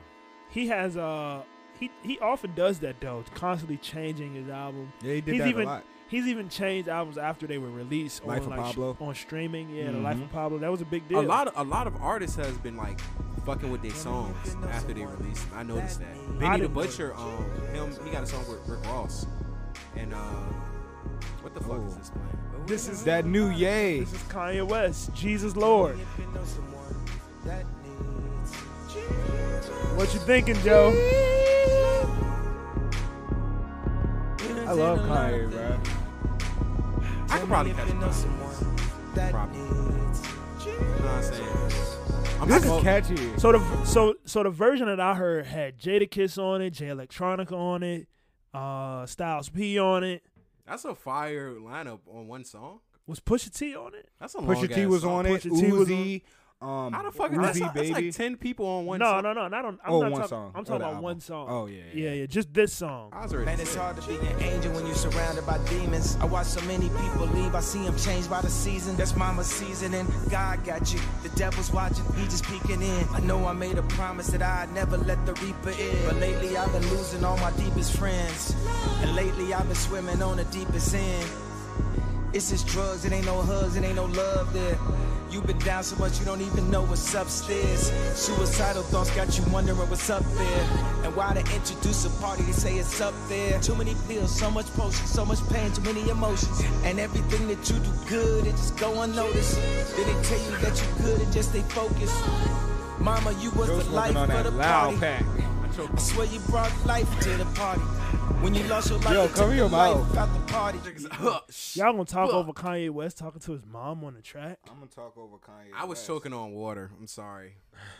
he has uh he he often does that though, constantly changing his album.
Yeah, he did
He's
that
even-
a lot.
He's even changed albums after they were released
Life
on
of
like sh-
Pablo. Mm-hmm.
on streaming. Yeah, the Life of Pablo that was a big deal.
A lot of a lot of artists has been like fucking with their songs after they release. 'em. I noticed that.
I
Benny the
didn't
Butcher, um, him, he got a song with Rick Ross, and uh, what the fuck is
Oh.
this playing?
this is
That new yay.
this is Kanye West, Jesus Lord. What you thinking, Joe?
I love Kanye, bro.
I could probably catch it. Probably. You know what I'm saying? I'm
This
smoke-
is catchy.
So the so so the version that I heard had Jada Kiss on it, Jay Electronica on it, uh Styles P on it.
That's a fire lineup on one song.
Was Pusha T on it?
That's a long
Pusha T was on it.
Pusha T was
Uzi. Um,
How the fuck is
Uzi
that? That's,
baby.
like ten people on one.
no,
song.
no, no, not on. I'm
Oh,
not
one
talk-
song.
I'm
Oh,
talking
the
about
album.
one song.
Oh, yeah, yeah,
yeah,
yeah.
yeah. Just this song.
I was already
Man, it's hard to be an angel when you're surrounded by demons. I watch so many people leave, I see them changed by the season. That's mama's seasoning. God got you, the devil's watching, he just peeking in. I know I made a promise that I'd never let the reaper in. But lately I've been losing all my deepest friends. And lately I've been swimming on the deepest end. It's just drugs, it ain't no hugs, it ain't no love there. You've been down so much you don't even know what's upstairs. Suicidal thoughts got you wondering what's up there. And why they introduce a party, they say it's up there. Too many pills, so much potion, so much pain, too many emotions. And everything that you do good, it just go unnoticed. Then they tell you that you good and just stay focused. Mama, you was
Joe
the
smoking
life
on
of the
that loud
party.
pack.
I swear you brought life to the party. When you lost your life,
Yo,
you took
cover
the
your
life
mouth.
out the party.
Y'all gonna talk over Kanye West talking to his mom on the track?
I'm gonna talk over Kanye.
I was choking on water. I'm sorry.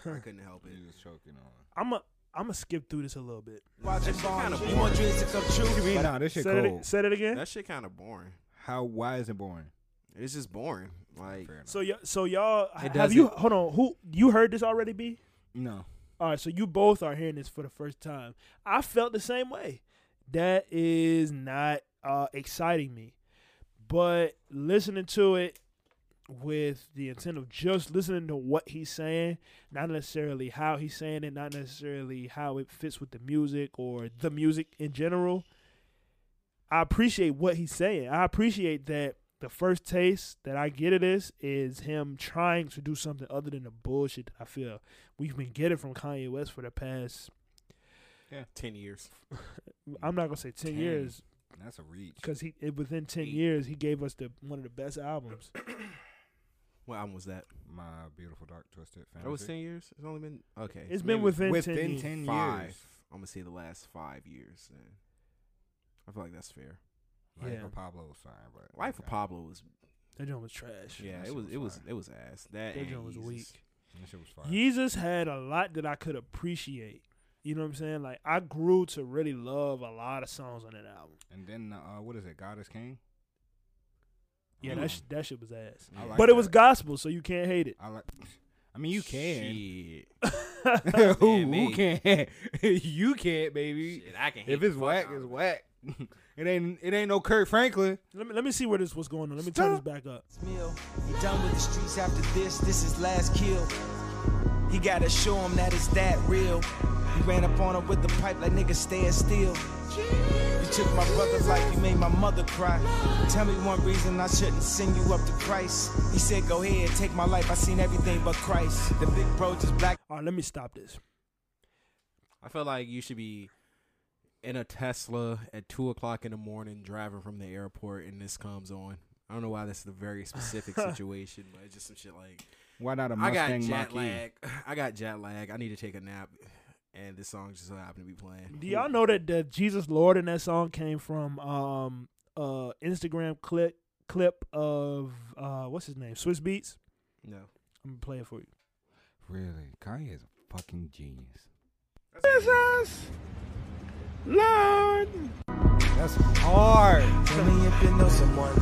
I couldn't help it.
was choking on.
I'm a I'm gonna skip through this a little bit.
Watching
kinda
bombs. You want dreams to come true.
What you mean? Nah, this shit
Said it,
cold.
ag- said it again.
That shit kind of boring.
How why is it boring?
It's just boring. Like
Fair enough.
so y- so y'all have
doesn't-
you hold on who you heard this already? B.
No,
All right, so you both are hearing this for the first time. I felt the same way. That is not uh, exciting me, but listening to it with the intent of just listening to what he's saying, not necessarily how he's saying it, not necessarily how it fits with the music or the music in general. I appreciate what he's saying. I appreciate that the first taste that I get of this is him trying to do something other than the bullshit that I feel we've been getting from Kanye West for the past.
ten years.
I'm not gonna say ten,
10.
years
that's a reach.
because he it, within ten years he gave us the one of the best albums.
What album was that?
My beautiful dark twisted fantasy.
That was ten years. It's only been okay.
It's been within, ten.
within
years.
ten
five.
years.
I'm gonna say the last five years. Then. I feel like that's fair.
Life
Yeah.
of Pablo was fine, but
Life of
okay.
Pablo was
That joint was trash.
Yeah,
yeah.
that
It
shit
was
was
it was
fire.
it was ass. That
that
and
joint was
Yeezus.
weak.
That shit was fire.
Yeezus had a lot that I could appreciate. You know what I'm saying? Like I grew to really love a lot of songs on that album.
And then uh, what is it? God is King.
Yeah,
Mm.
that, sh- that shit was ass.
I like
but it
that.
was gospel, so you can't hate it.
I like. I mean, you can.
Shit.
who who
me.
can't? you can't, baby.
Shit, I can. hate
If
the
it's
fuck
whack,
out of
it's
it.
whack. it ain't. It ain't no Kurt Franklin.
Let me let me see where this was going on. Let me turn this
Stop.
back up.
meal. You done with the streets after this, this is last kill. He gotta show him that it's that real. You ran up on him with the pipe like niggas stand still. You took my brother's life, you made my mother cry. Tell me one reason I shouldn't send you up to Christ. He said, Go ahead, take my life. I seen everything but Christ. The big bro just black.
All right, let me stop this.
I feel like you should be in a Tesla at two o'clock in the morning, driving from the airport, and this comes on. I don't know why this is a very specific situation, but it's just some shit like
Why not a
I got
Mustang E?
jet
Mach-E?
lag. I got jet lag. I need to take a nap, and this song just so happened to be playing.
Do y'all know that the Jesus Lord in that song came from um uh Instagram clip clip of uh what's his name Swiss Beats?
No,
I'm gonna play it for you.
Really, Kanye is a fucking genius. Jesus, Lord. That's hard.
Tell me if you know someone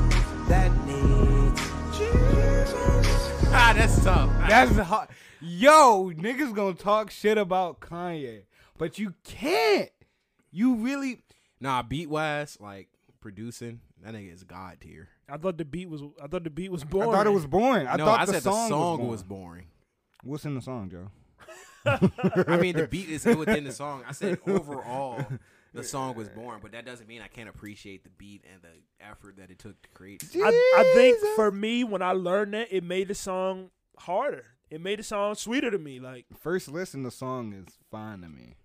that needs.
ah, that's tough.
That's hard. Yo, niggas gonna talk shit about Kanye, but you can't. You really.
Nah, beat wise, like producing, that nigga is god tier.
I thought the beat was I thought the beat was
I
boring.
thought it was boring. I
no,
thought
I
the,
said
song
the song
was,
was
boring.
boring.
What's in the song, Joe?
I mean, the beat is within the song. I said overall, the song was born, but that doesn't mean I can't appreciate the beat and the effort that it took to create. it.
I, I think for me when I learned that it made the song harder. It made the song sweeter to me. Like
First listen, the song is fine to me.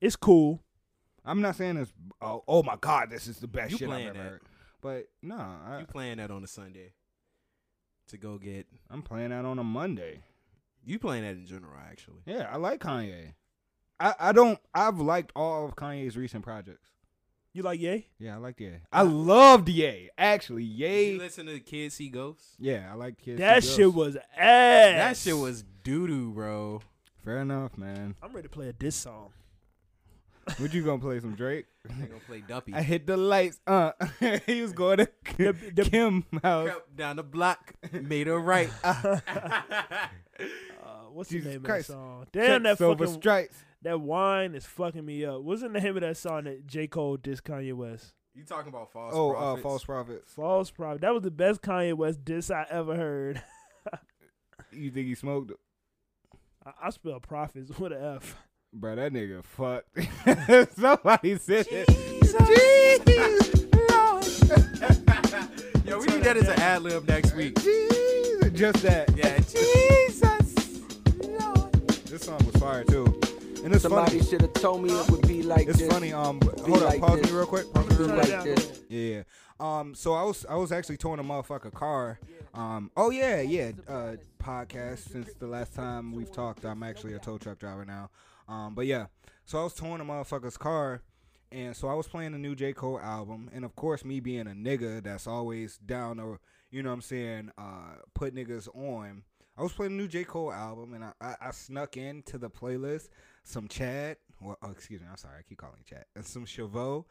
it's cool.
I'm not saying it's oh, oh my god, this is the best
You
shit I've
playing
ever
that.
heard. But no, I,
You playing that on a Sunday to go get?
I'm playing that on a Monday.
You playing that in general, actually?
Yeah, I like Kanye. I, I don't. I've liked all of Kanye's recent projects.
You like yay?
Yeah, I liked Ye. I loved Ye. Actually,
Did you
Ye.
listen to the kids see ghosts?
Yeah, I liked Kids.
That
Two
shit
Girls.
was ass.
That shit was doo doo, bro.
fair enough, man.
I'm ready to play a diss song.
What you gonna play some Drake?
They gonna play Duppy.
I hit the lights. Uh, he was going to Kim,
the-
Kim house.
Crept down the block, made a right.
Uh-huh.
Uh, what's
Jesus
the name
Christ.
of that song? Damn that
silver
fucking
stripes.
that wine is fucking me up. What's the name of that song that J Cole dissed Kanye West?
you talking about false?
Oh, uh,
prophets?
false prophets.
False Prophet. That was the best Kanye West diss I ever heard.
You think he smoked?
I, I spell prophets with an F.
Bro, that nigga fucked. Somebody said it.
Yo, we need that as an ad lib next week.
Jesus. Just that.
Yeah,
Jesus. This song was fire too. And it's
Somebody
funny.
should have told me it would be like
It's
this.
funny. Um, hold
like
up. Pause
this.
me real quick. Pause me
Be
real quick.
like this.
Yeah. Um. So I was I was actually towing a motherfucker car. Um. Oh yeah, yeah. Uh. Podcast. Since the last time we've talked, I'm actually a tow truck driver now. Um. But yeah. So I was towing a motherfucker's car, and so I was playing the new J Cole album, and of course me being a nigga that's always down to you know what I'm saying uh put niggas on. I was playing the new J Cole album, and I I, I snuck into the playlist some Chad. Well, oh, excuse me, I'm sorry, I keep calling him Chad. And some Chavo,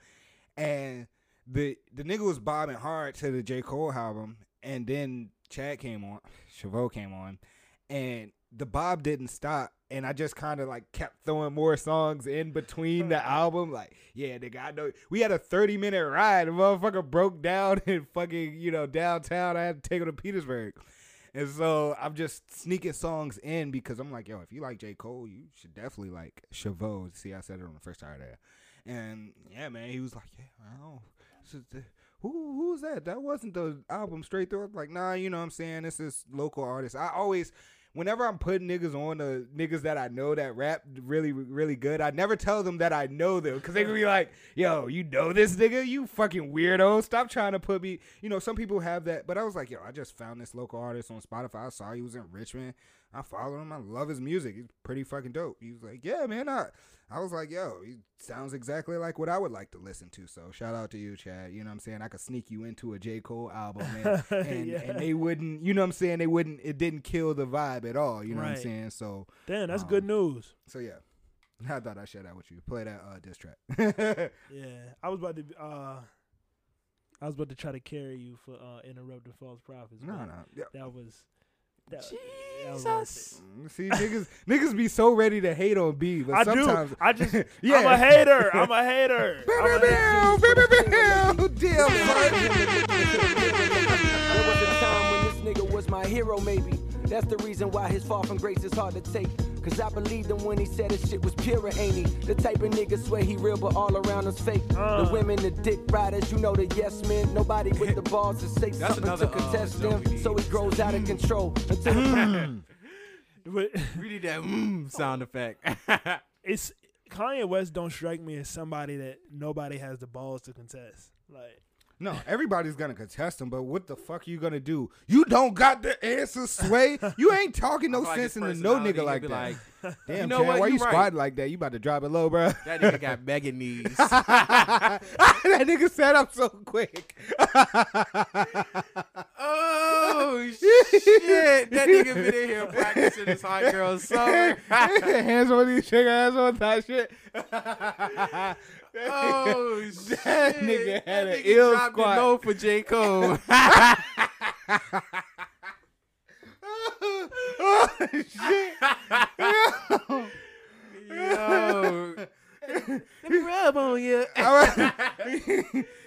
and the the nigga was bobbing hard to the J Cole album, and then Chad came on, Chavo came on, and the bob didn't stop. And I just kind of like kept throwing more songs in between the album. Like, yeah, nigga, I know. We had a 30 minute ride. The motherfucker broke down in fucking, you know, downtown. I had to take him to Petersburg. And so I'm just sneaking songs in because I'm like, yo, if you like J. Cole, you should definitely like Chavot. See, I said it on the first hour there. And yeah, man, he was like, yeah, I don't. this is the- Who who's that? That wasn't the album straight through. I'm like, nah, you know what I'm saying? This is local artists. I always, whenever I'm putting niggas on the niggas that I know that rap really really good, I never tell them that I know them because they could be like, yo, you know this nigga? You fucking weirdo. Stop trying to put me. You know, some people have that, but I was like, yo, I just found this local artist on Spotify. I saw he was in Richmond. I follow him. I love his music. He's pretty fucking dope. He was like, yeah, man. I, I was like, yo, he sounds exactly like what I would like to listen to. So shout out to you, Chad. You know what I'm saying? I could sneak you into a J. Cole album and, and,
Yeah.
and they wouldn't, you know what I'm saying? They wouldn't, it didn't kill the vibe at all. You know what I'm
Right.
saying? So,
Damn, that's good
Um,
news.
so yeah. I thought I'd share that with you. Play that uh, diss track.
Yeah, I was about to. Uh, I was about to try to carry you for uh, interrupting false prophets.
no,
but
no. Yeah.
That was. That, that was worth it.
Mm, See, niggas, niggas be so ready to hate on B, but
I
sometimes
do. I just.
Yeah.
I'm a hater. I'm a hater.
Bam,
I'm a
bam,
hater.
bam, bam, bam, bam, damn, son.
There was a time when this nigga was my hero, maybe. That's the reason why his fall from grace is hard to take. Cause I believed him when he said his shit was pure, ain't he? The type of nigga swear he real, but all around him's fake.
Uh.
The women, the dick riders, you know the yes men. Nobody with the balls to say something
another,
to
uh,
contest
joke we
them.
need. Mm.
So he grows out of control. Until the
But
We need that mm sound effect.
it's Kanye West. Don't strike me as somebody that nobody has the balls to contest. Like.
No, everybody's gonna contest him, but what the fuck you gonna do? You don't got the answer, Sway. You ain't talking no
I feel like his
sense into no
personality,
nigga
he'd
like
be
that.
like,
Damn,
"You know
Chad,
what?
why
You
you
right."
squatting like that? You about to drop it low, bro?
that nigga got mega knees.
that nigga set up so quick.
oh shit! That nigga been in here practicing his hot girl summer.
Hands on these chick ass on that shit.
Oh shit!
nigga had
That
an ill
dropped it
squat.
low for J Cole.
oh shit!
Yo, let me rub on you.
All right,
And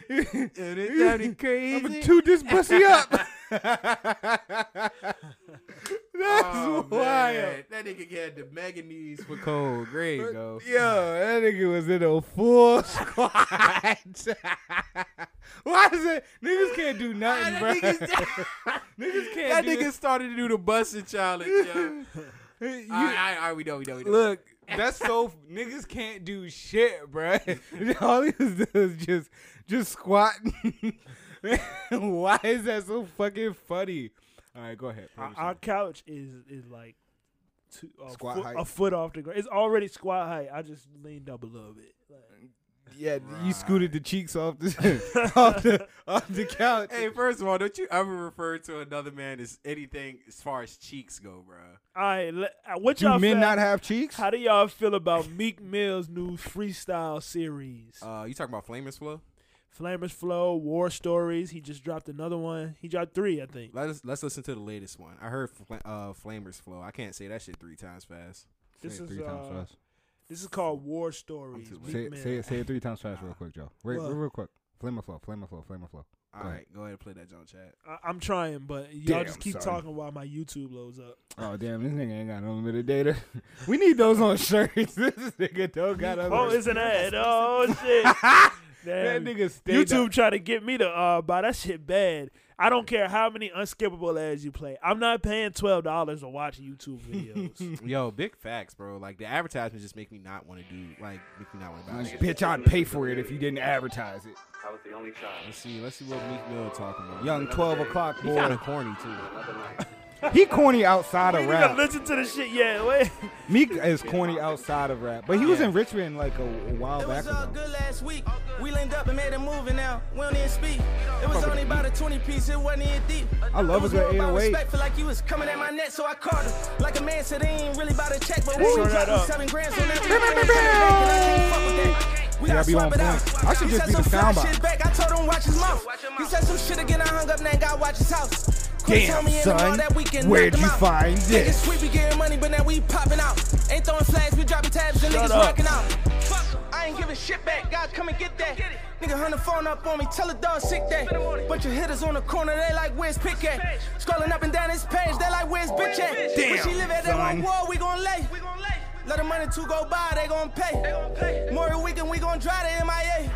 it's sounding
I'm gonna
crazy.
toot this pussy up. That's
Oh,
wild.
man. That nigga had the mega knees for Cole. Great, go.
Yo, that nigga was in a full squat. Why is it? Niggas can't do nothing, bro. Niggas,
That
can't do
nigga started to do the busting challenge, yo.
nothing. You-
all, right, all right, all right, we know, we know, we know.
Look, that's so niggas can't do shit, bro. All he was doing was just just squatting. Why is that so fucking funny? All right, go ahead.
Our, our couch is is like two, a,
Squat
foot,
height.
a foot off the ground. It's already squat height. I just leaned up a little bit. Like,
yeah, you scooted the cheeks off the off the off the couch.
Hey, first of all, don't you ever refer to another man as anything as far as cheeks go, bro.
all right, le- uh, what
do
y'all
men
feel-
not have cheeks?
How do y'all feel about Meek Mill's new freestyle series?
Uh, you talking about Flamers Flow?
Flamers Flow, War Stories. He just dropped another one. He dropped three, I think.
Let us let's listen to the latest one. I heard Fla- uh, Flamers Flow. I can't say that shit three times fast.
This
say it
is
three times
uh,
fast.
this is called War Stories.
I'm too
Meek
Say, it-
Mill.
say it say it three times fast, real quick, Joe. Wait,
What?
real quick. Flame of flow, flame of flow, flame of flow.
All
Go
right, go ahead and play that John Chat.
I- I'm trying, but y'all
Damn,
just keep
son.
talking while my YouTube loads up.
Oh damn, this nigga ain't got unlimited data. we need those on shirts. this nigga don't got
Oh,
unlimited.
it's an ad. Oh shit.
that
Damn.
nigga stayed up.
YouTube try to get me to uh buy that shit bad. I don't care how many unskippable ads you play. I'm not paying twelve dollars to watch YouTube videos.
Yo, big facts, bro. Like the advertisements just make me not want to do. Like make me not want to buy.
Like,
shit.
bitch, I'd pay for it if you didn't advertise it.
I was the only child.
Let's see. Let's see what Meek Mill talking about.
Young 12 o'clock
he kind
boy.
of corny too.
Another night.
He corny outside
you
of
gotta
rap.
listen to the shit. Yeah, wait.
Meek is corny outside of rap. But he was in Richmond like a, a while
It
back
was all
ago.
good last week. We linked up and made a movie now. We don't even speak. It was only about a a 20 piece, it wasn't even deep.
I
it
love a
was
good
more about
808.
respect, feel like you was coming at my neck, so I caught him. Like a man said, he ain't really about to check, but
Shore
we
that
dropped
up.
seven grand, so now we can't fuck with that. We
Yeah, I
gotta
be on
swap it
point.
out.
I should
He said
just
some
be the
fly
soundbite.
shit back. I told him watch his mouth. He said some shit again. I hung up. Now God watch his house. Chris
Damn,
told me in the
son.
mall that weekend,
Where'd
knocked him
you
out.
find
Niggas
this?
sweet, we getting money, but now we popping out. Ain't throwing flags, we dropping tabs, and
Shut
niggas
up.
rocking out. Fuck, I ain't giving shit back. God, come and get that. Nigga, hunt the phone up on me, tell the dog sick day. Bunch of hitters on the corner, they like, where's Pick at? Scrolling up and down this page, they like, where's Bitch at? Damn, when she live at that one wall, we gon' lay. Let the money two go by, they gon' pay. More weekend, we gon' drive to MIA.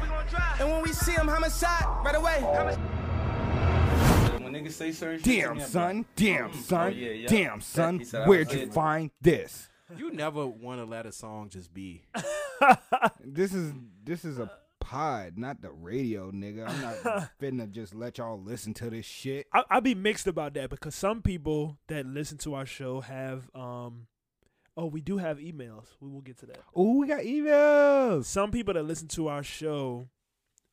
And when we see them, homicide, right away.
When niggas say certain shit, to
Damn
me, I'm
son, damn son,
yeah, yeah.
damn son,
He said I
where'd
was
you
it.
find this?
You never want to let a song just be.
This is this is
Uh.
a pod, not the radio, nigga. I'm not finna just let y'all listen to this shit.
I, I be mixed about that because some people that listen to our show have um oh we do have emails we will get to that
Oh, we got emails.
some people that listen to our show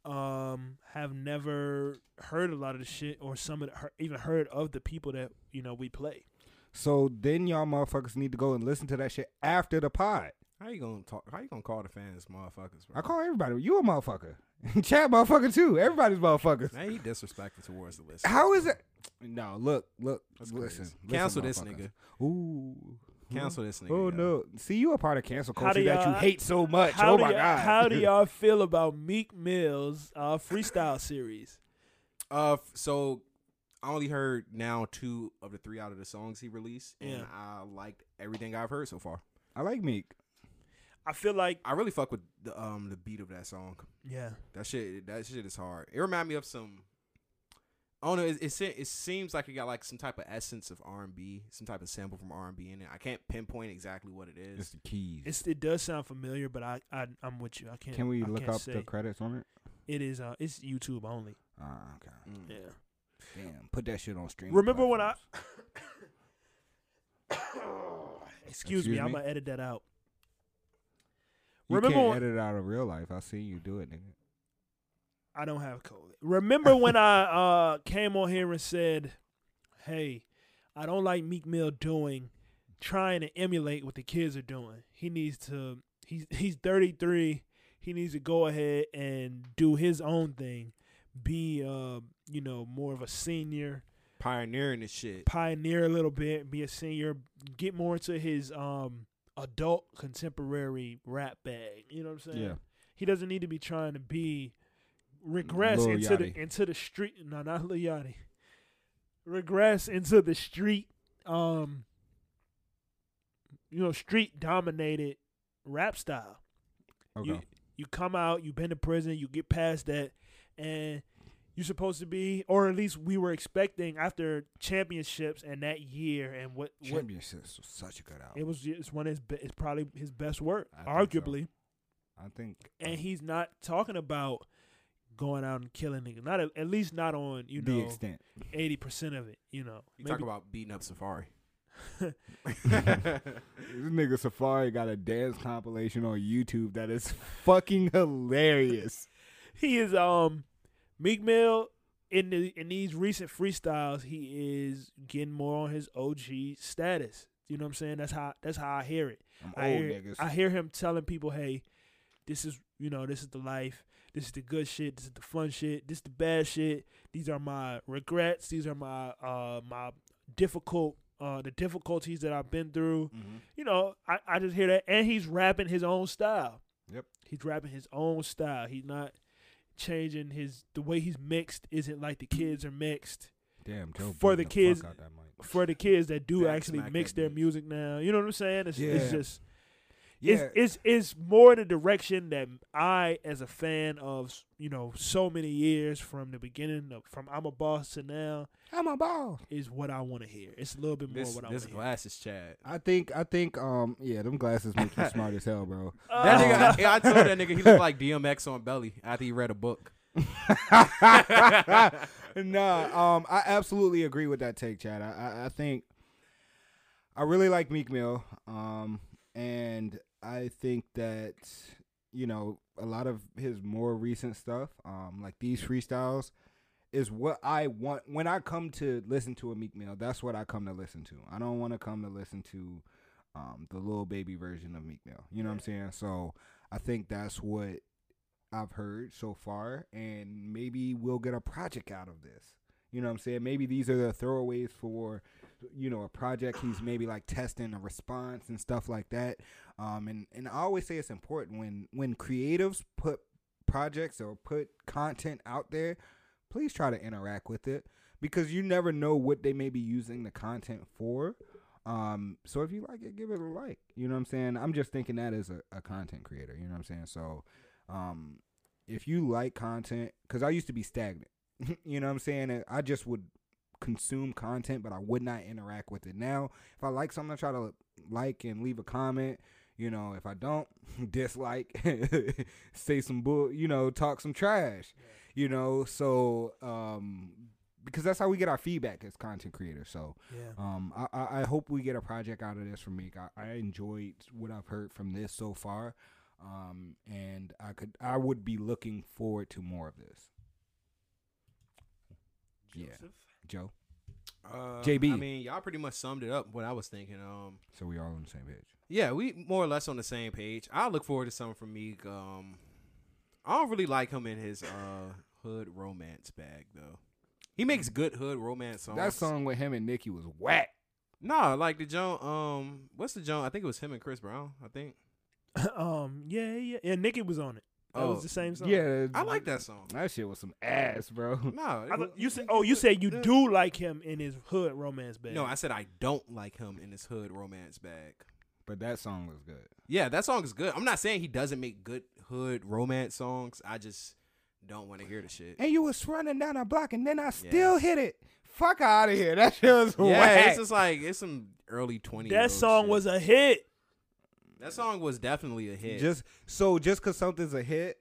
um have never heard a lot of the shit or some of the, or even heard of the people that you know we play
So then y'all motherfuckers need to go and listen to that shit after the pod.
How you gonna talk? How you gonna call the fans motherfuckers? Bro?
I call everybody. You a motherfucker. Chat motherfucker too. Everybody's motherfuckers.
Man, he disrespectful towards the listeners.
How is it? No, look, look,
That's
listen,
crazy.
listen,
Cancel this
motherfuckers.
nigga.
Ooh.
Cancel this nigga.
Oh
yo.
no! See, you a part of cancel
How do
culture that you
y'all-
hate so much.
how
oh
do
my
y'all-
god!
how do y'all feel about meek mill's uh freestyle series
Uh, f- so I only heard now two of the three out of the songs he released, and
Yeah.
I liked everything I've heard so far.
I like Meek.
i feel like
I really fuck with the um the beat of that song.
yeah
That shit, that shit is hard. It remind me of some. I don't know. It, it, se- it seems like it got like some type of essence of R and B, some type of sample from R and B in it. I can't pinpoint exactly what it is.
It's the keys.
it's, it does sound familiar but i, I i'm with you i can't
Can we
I
look
can't
up
say.
the credits on it?
it is uh it's youtube only
Ah, okay.
Mm.
yeah
Damn, put that shit on stream.
Remember when I- excuse, me,
Excuse
i'm
me?
gonna edit that out
You
Remember
can't
when-
edit out of real life. I see you do it, nigga.
I don't have COVID. Remember when I uh, came on here and said, "Hey, I don't like Meek Mill doing, trying to emulate what the kids are doing. He needs to. He's he's 33. He needs to go ahead and do his own thing. Be uh, you know, more of a senior,
Pioneering this shit.
pioneer a little bit. Be a senior. Get more into his um adult contemporary rap bag. You know what I'm saying?
Yeah.
He doesn't need to be trying to be regress
Lil
into
Yachty.
the into the street. No, not Lil Yachty. Regress into the street. Um, you know, street dominated rap style.
Okay.
You you come out, you've been to prison, you get past that, and you're supposed to be, or at least we were expecting after championships and that year and what what
Championships was such a good album.
it was. It's one of his. be- It's probably his best work,
I think so.
arguably
I think.
and he's not talking about going out and killing niggas. Not at, at least not on you
the
know
extent.
eighty percent of it. You know,
You talk about beating up Safari.
This nigga Safari got a dance compilation on YouTube that is fucking hilarious.
he is um Meek Mill in the in these recent freestyles. He is getting more on his OG status. You know what I'm saying? That's how that's how I hear it.
I'm
I
old
hear,
niggas.
I hear him telling people, "Hey, this is you know this is the life. This is the good shit. This is the fun shit. This is the bad shit. These are my regrets. These are my uh my difficult uh the difficulties that I've been through.
Mm-hmm.
You know, I I just hear that, and he's rapping his own style.
Yep.
he's rapping his own style. He's not changing his the way he's mixed. Isn't like the kids are mixed
Damn, Joe.
for
beating
the
fuck
kids-
out that mic.
for the kids that do
Back
actually
smack
mix
that
their
bitch.
music now. You know what I'm saying? It's,
Yeah.
it's just
Yeah.
it's, it's it's more the direction that I, as a fan of you know so many years from the beginning of, from I'm a boss to now,
I'm a ball.
is what I want to hear. It's a little bit more
this
what I want
this
to hear.
glass is Chad.
I think I think um yeah, them glasses make you smart as hell, bro.
That nigga, I, I told that nigga he looked like DMX on Belly after he read a book.
nah, um, I absolutely agree with that take, Chad. I, I, I think I really like Meek Mill, um, and I think that you know a lot of his more recent stuff, um, like these freestyles, is what I want when I come to listen to a Meek Mill. That's what I come to listen to. I don't want to come to listen to um, the little baby version of Meek Mill. You know what I'm saying? So I think that's what I've heard so far, and maybe we'll get a project out of this. You know what I'm saying? Maybe these are the throwaways for, you know, a project he's maybe like testing a response and stuff like that. Um, and and I always say it's important when when creatives put projects or put content out there, please try to interact with it because you never know what they may be using the content for. Um, so if you like it, give it a like. You know what I'm saying? I'm just thinking that as a, a content creator. You know what I'm saying? So, um, if you like content, because I used to be stagnant. you know what I'm saying? And I just would consume content, but I would not interact with it. Now, if I like something, I try to like and leave a comment. You know, if I don't, dislike, say some bull, you know, talk some trash. You know, so um, because that's how we get our feedback as content creators. So
Yeah.
um, I- I, I hope we get a project out of this from Meek. I, I enjoyed what I've heard from this so far, um, and I could I would be looking forward to more of this. Yeah, Joe.
Uh,
JB.
I mean, y'all pretty much summed it up what I was thinking. Um,
So we all on the same page.
yeah, we more or less on the same page. I look forward to something from Meek. Um, I don't really like him in his uh hood romance bag though. He makes good hood romance songs.
That song with him and Nicki was whack.
Nah, like the Joan. Um, what's the Joan? I think it was him and Chris Brown. I think.
um. Yeah. Yeah. Yeah. Nicki was on it. That
Oh,
was the same song.
Yeah,
I like that song.
That shit was some ass, bro.
No,
I thought- you said. Oh, you said you do like him in his hood romance bag.
No, I said I don't like him in his hood romance bag.
But that song was good.
Yeah, that song is good. I'm not saying he doesn't make good hood romance songs. I just don't want to hear the shit.
And you was running down a block, and then I still hit it. Fuck out of here. That shit was
Yeah,
whack.
it's just like it's some early 20s.
that song was a hit.
that song was definitely a hit.
Just so just because something's a hit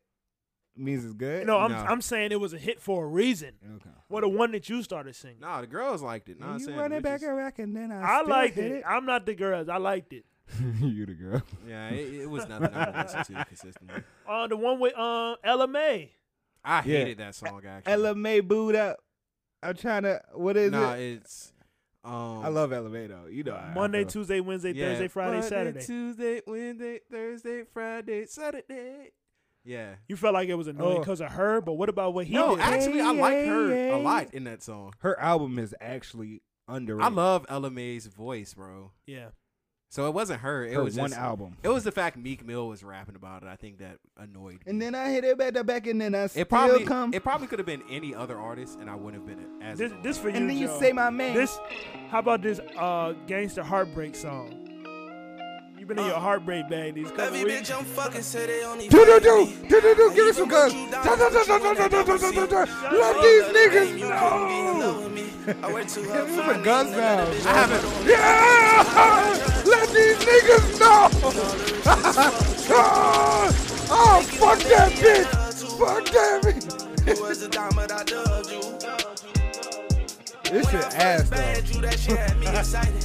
means it's good.
No, I'm
No.
I'm saying it was a hit for a reason.
Okay.
Well, the one that you started singing.
nah, the girls liked it. Nah, I'm
you
saying
run
the
it back
bitches-
and back, and then
I
I, still
liked
hit
it.
it.
I'm not the girls. I liked it.
you the girl.
Yeah, it, it was nothing I would listen to consistently.
Uh, the one with uh, LMA.
I hated that song actually.
Ella May booed up. I'm trying to. What is
nah,
it?
it's um
I love Ella May though. You know. how I
Monday,
feel.
Tuesday, Wednesday,
yeah,
Thursday, Friday,
Monday,
Saturday.
Tuesday, Wednesday, Thursday, Friday, Saturday. Yeah.
You felt like it was annoying
Oh.
because of her, but what about what he
no,
did?
actually, I like her
Yeah,
a lot in that song.
Her album is actually underrated.
I love Ella May's voice, bro.
yeah,
So it wasn't her. It
her
was
one
just,
album.
It was the fact Meek Mill was rapping about it. I think that annoyed. me.
And then I hit it back to back, and then I still
it probably
come.
it probably could have been any other artist, and I wouldn't have been as
this
annoyed.
this for you.
and then you
Joe.
say my man.
this. How about this uh, gangster heartbreak song? You've
Uh.
been in your heartbreak bag these couple
Every
weeks.
bitch I'm fucking say they only
do do
fucking
do
me.
do do do.
And
Give me
even
some
when
guns.
you die,
Da, da, da,
but
da,
you
da,
wanna
da, da, da,
see.
da, da.
I
Let
love
these
the
niggas
game, you couldn't be in love
know.
with me. I worked too hard
Give me
for
some
a
gun
nigga, none of
sounds.
the
I
bitches
haven't.
Yeah! Let these niggas know! oh, fuck that bitch! Fuck that bitch!
You was a dime, but I loved you.
This
When I
shit
first
ass
bagged
though.
you, that shit had me excited.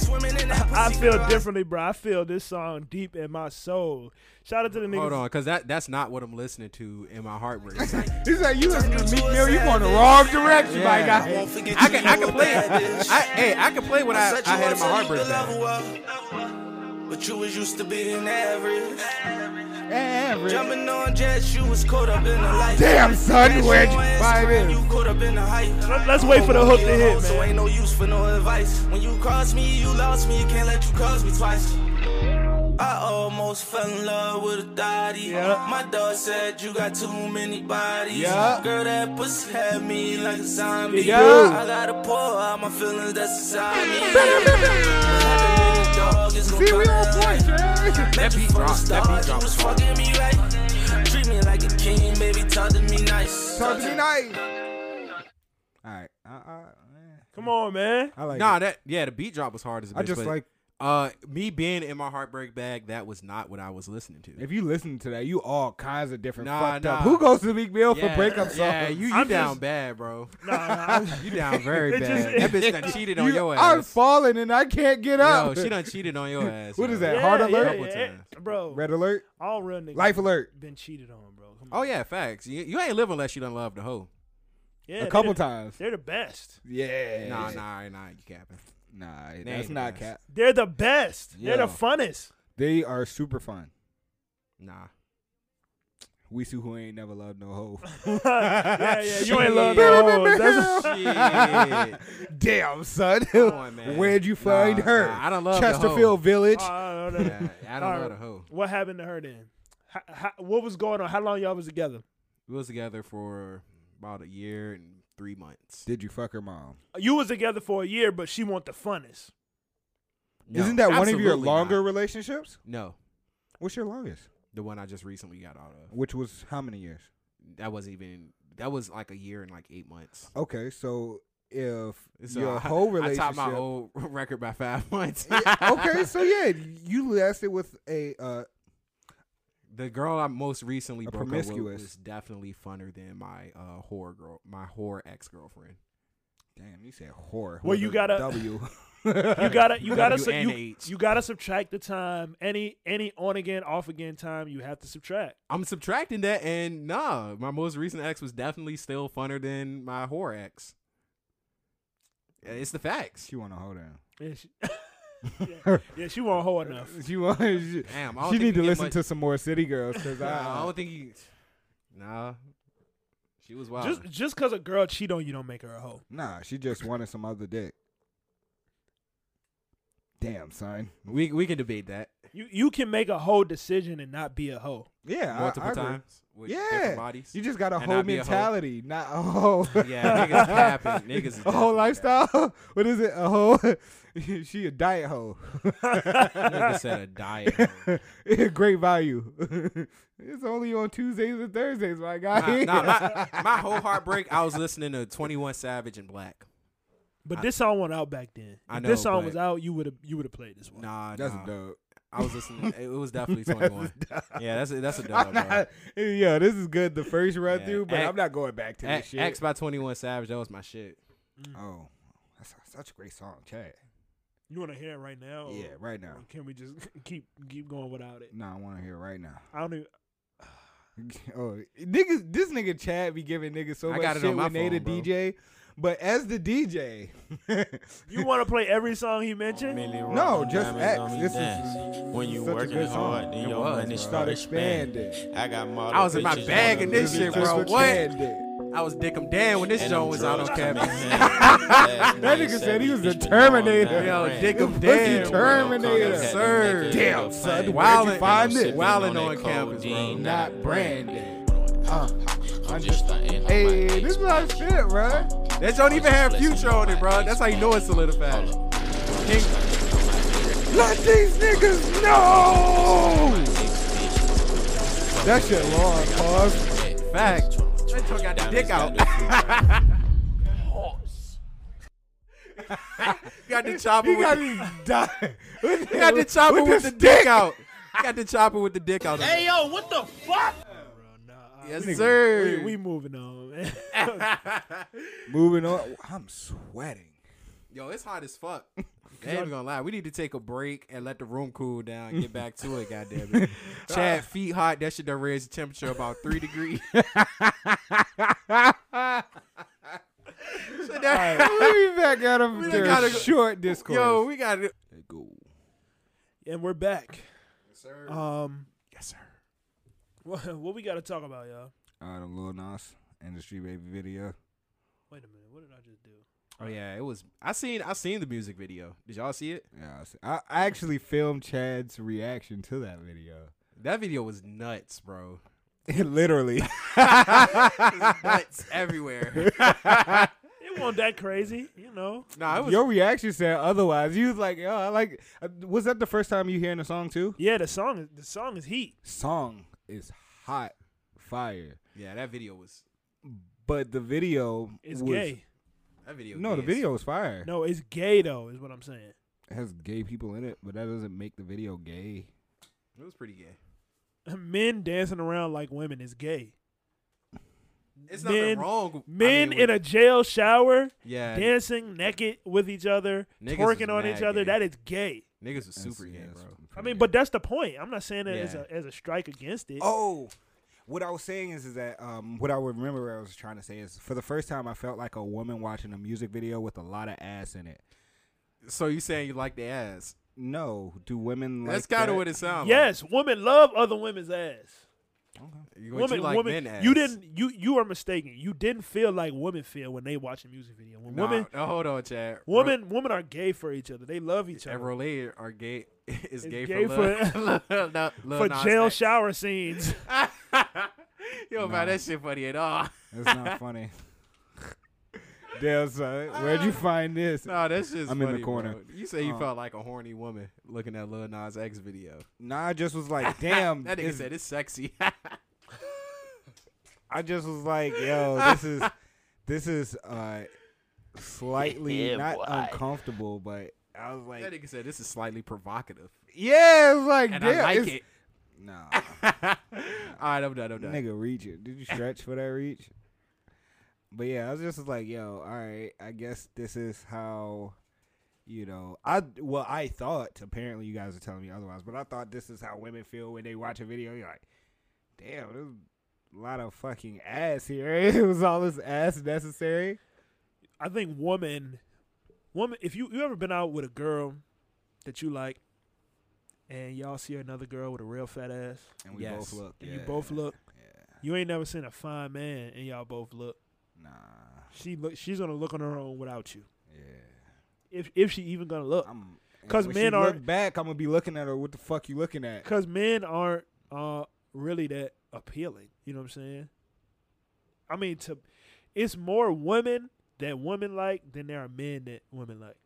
Swimming in that
I
pussy,
feel
girl,
differently, bro. I feel this song deep in my soul. Shout out to the niggas.
Hold on, because that that's not what I'm listening to in my heartbreak.
He said, you listen to Meek Mill, you going the wrong direction, my
Yeah.
guy.
I won't forget
I
you,
can
you
I
a
can play.
bad bitch.
I hey I can play what I,
Set you
I
up
had in
so
my
you
heartbreak.
could
bag.
level up. But you was used to being average.
Average.
Jumping on jets, you was caught up in the light.
Damn, son,
Ask you
where'd
on
you find
Instagram,
this?
You caught up in the hype.
Let- let's wait for the hook to hit, man.
So ain't no use for no advice. When you cross me, you lost me. Can't let you cross me twice. I almost fell in love with a thotty.
Yeah.
My dog said you got too many bodies.
Yeah.
Girl, that pussy had me like a zombie.
Yeah.
I gotta pour out my feelings that's inside me. Dog is gonna
See, we
burn
on point, man.
Met
That
you
beat
from the
dropped. That
start,
beat
you
dropped.
was fucking me right. Treat me like a king, baby, talk to me nice.
Talk to me nice. Alright, I, I,
Come on, man.
I like
Nah,
it.
that yeah, the beat drop was hard as a bitch,
I just
but,
like,
uh me being in my heartbreak bag. That was not what I was listening to.
if you listen to that, you all kinds of different
Nah,
fucked up.
nah.
Who goes to Meek Mill
yeah,
for breakup songs?
yeah, you you
I'm
down
just-
bad, bro.
Nah, nah, I'm-
You down very
It just-
bad. that bitch done cheated on
You-
your
I'm
ass.
falling and I can't get
Yo,
up.
she done cheated on your ass.
What is
yo.
that? Heart alert?
yeah,
Couple
yeah.
times.
bro.
Red alert,
All real niggas
life alert.
been cheated on, bro. Come on.
Oh yeah, facts. You, you ain't live unless you done love the hoe.
Yeah,
a
they're
couple
the-
times.
They're the best.
Yeah.
Nah, nah, nah, you capping.
Nah,
ain't
that's
the
not
best.
cap.
They're the best. They're the
Yeah.
funnest.
They are super fun.
Nah.
We see who ain't never loved no hoe.
yeah, yeah. You ain't love no hoes. That's
Shit. Come
Damn, son.
on, man.
Where'd you find
Nah,
her?
nah, I don't love the hoe. Uh,
Chesterfield Village.
Oh, I don't know.
Yeah, I don't know
Alright.
the hoe.
What happened to her then? How, how, what was going on? How long y'all was together?
We was together for about a year and three months.
Did you fuck her mom?
You was together for a year, but she want the funnest.
No,
Isn't that one of your
absolutely not.
longer relationships?
No,
What's your longest?
the one I just recently got out of.
Which was how many years?
That wasn't even. That was like a year and like eight months.
Okay, so if
So
Oh, your
I-
whole
uh, I
relationship,
topped my old record by five months.
Yeah, okay, so yeah, you lasted with a uh,
the girl I most recently
A
broke up
promiscuous.
with was definitely funner than my uh, whore girl, my whore ex girlfriend.
damn. You said whore.
Well,
with
you gotta-
W.
You gotta, you gotta,
W
su-
and
you,
H.
you gotta subtract the time. Any, any on again, off again time, you have to subtract.
I'm subtracting that, and nah, my most recent ex was definitely still funner than my whore ex. It's the facts.
She want to hold down.
Yeah, she, yeah, yeah, she won't hold enough.
She want. She,
Damn, I don't
she
think
need to
you get
listen
much-
to some more City Girls because
Nah, I
I.
don't think he. Nah, she was wild.
Just, just cause a girl cheat on you, don't make her a hoe.
Nah, she just wanted some other dick. Damn, son.
we we can debate that
You, you can make a whole decision and not be a hoe.
Yeah, I-
multiple
I agree.
times with
Yeah,
different bodies.
you just got a
And
whole
not be a hoe.
mentality, not a whole.
yeah, niggas capping. Niggas is
a
definitely
whole lifestyle. What is it? A whole. she a diet hoe.
capping. Nigga said a diet. hoe.
Great value. it's only on Tuesdays and Thursdays, my guy.
Nah, nah, my, my whole heartbreak. I was listening to Twenty One Savage and Black.
But this song went out back then.
I
If this
know,
song
but-
was out, you would have you would have played this one.
Nah,
That's
nah.
dope.
I was listening. It was definitely Twenty One. Yeah, that's a, that's a dub.
I'm
bro.
not, yeah, this is good the first run
Yeah.
through, but i
X-
I'm not going back to this
X,
shit.
X by Twenty One Savage. That was my shit.
oh, that's a- such a great song, Chad.
You want to hear it right now?
Oh.
or-
Yeah, right now.
or Can we just keep keep going without it?
Nah, I want to hear it right now.
I don't even.
Oh, niggas, this nigga Chad be giving niggas so
I
much
got it
shit
on my
when they the
phone, bro.
DJ, but as the DJ,
You want to play every song he mentioned?
Oh,
No, just X. This is
when you
such a
working
good song.
hard, then
It
your
was,
money
bro.
start expanding.
expanding.
I got model
I was in my
bitches
bag
wanna
in this
be
shit,
my
bro.
sister.
What?
Chad.
I was dick 'em down when this
And
show
them
was out on
drugs coming
campus.
in.
That
Last night
nigga said he
we
was a
used to go on
Terminator.
nine
Yo,
grand.
dick 'em
Pussy
down. bro.
Terminator.
Yes,
sir.
Damn, son.
Where'd
Where'd you
you
Wildin'.
find
Sippin'
it?
Wildin'
Wilding
on campus, bro.
Not branded.
I'm just starting.
Hey, this is our shit, bro.
That don't even have future on it, bro. That's how you know it's solidified. King,
Let these niggas know. That shit long, pause.
fact. That joint got the dick out. got the chopper
He
with
got
the,
his die. With,
he got the chopper with, the
the
dick
stick.
out. Got the chopper with the dick out. Hey yo, what the fuck? Yes, sir.
We, we moving on. Man.
Moving on. I'm sweating.
Yo, it's hot as fuck. I ain't even gonna lie. We need to take a break and let the room cool down. and Get back to it, goddamn it. Chad, feet hot. That should have raised the temperature about three degrees. So that-
Let me back out
We
of
done
their
gotta go-
short discourse.
Yo, we got it.
go.
and we're back.
sir.
Um,
Yes, sir.
what, what we got to talk about, y'all?
Uh, the Lil Nas Industry Baby video.
Wait a minute. What did I just do?
Oh yeah, it was. I seen. I seen the music video. Did y'all see it?
Yeah, I see- I, I actually filmed Chad's reaction to that video.
That video was nuts, bro.
Literally.
nuts everywhere.
It wasn't that crazy, you know.
nah, it was.
Your reaction said otherwise. You was like, yo, I like. uh, Was that the first time you hearing the song too?
Yeah, the song is the song is heat.
Song is hot fire,
Yeah, that video was.
but the video
It's
was,
gay.
That video.
No, the
is-
video was fire.
No, it's gay though, is what I'm saying.
It has gay people in it, but that doesn't make the video gay.
It was pretty gay.
Men dancing around like women is gay.
It's nothing
Men-
wrong.
Men in a jail shower
yeah.
dancing naked with each other,
Niggas is
twerking on
mad
each other.
gay.
That is gay.
Niggas was
That's-
super
yeah,
gay,
that's
bro.
pretty
I mean,
gay.
but that's the point. I'm not saying that as
Yeah.
a as a strike against it.
oh, what I was saying is, is that um, what I remember I was trying to say is for the first time I felt like a woman watching a music video with a lot of ass in it.
So you saying you like the ass?
No, do women like
That's kind
that?
of what it sounds.
Yes, women love other women's ass.
like. You- what
women,
you like
women,
men ass.
you didn't, you you are mistaken. You didn't feel like women feel when they watch a music video. When
Nah,
women,
nah, hold on, Chad. Ro-
women, women are gay for each other. They love each
and
other
Rolly are gay. Is gay,
gay for-
for, for, no, Lil
for
Nas
jail
X.
shower scenes.
Yo, man, that shit funny at all.
That's not funny. Damn son, where'd you find this?
No, that's just.
I'm in the
funny,
corner.
bro. You say you
Uh,
felt like a horny woman looking at Lil Nas X video.
Nah, I just was like, damn.
that nigga
this-
said it's sexy.
I just was like, yo, this is this is uh slightly not uncomfortable, but I was
that
like,
nigga said this is slightly provocative,
yeah, it's like,
and
damn,
I like
it's-
it.
Nah,
All right, I'm done. I'm done.
nigga, reach it. Did you stretch for that reach? But yeah, I was just like, yo, all right, I guess this is how, you know, I well, I thought apparently you guys are telling me otherwise, but I thought this is how women feel when they watch a video. You're like, damn, there's a lot of fucking ass here. It was all this ass necessary.
I think woman, woman. If you you ever been out with a girl that you like, and y'all see another girl with a real fat ass,
And we
Yes.
both look.
and you both look. You ain't never seen a fine man, and y'all both look.
Nah.
She look. She's gonna look on her own without you.
Yeah.
If if she even gonna look,
I'm. and
'Cause
when
men
she
are-
look back. I'm gonna be looking at her. What the fuck you looking at?
because men aren't uh really that appealing. You know what I'm saying? I mean, to it's more women that women like than there are men that women like.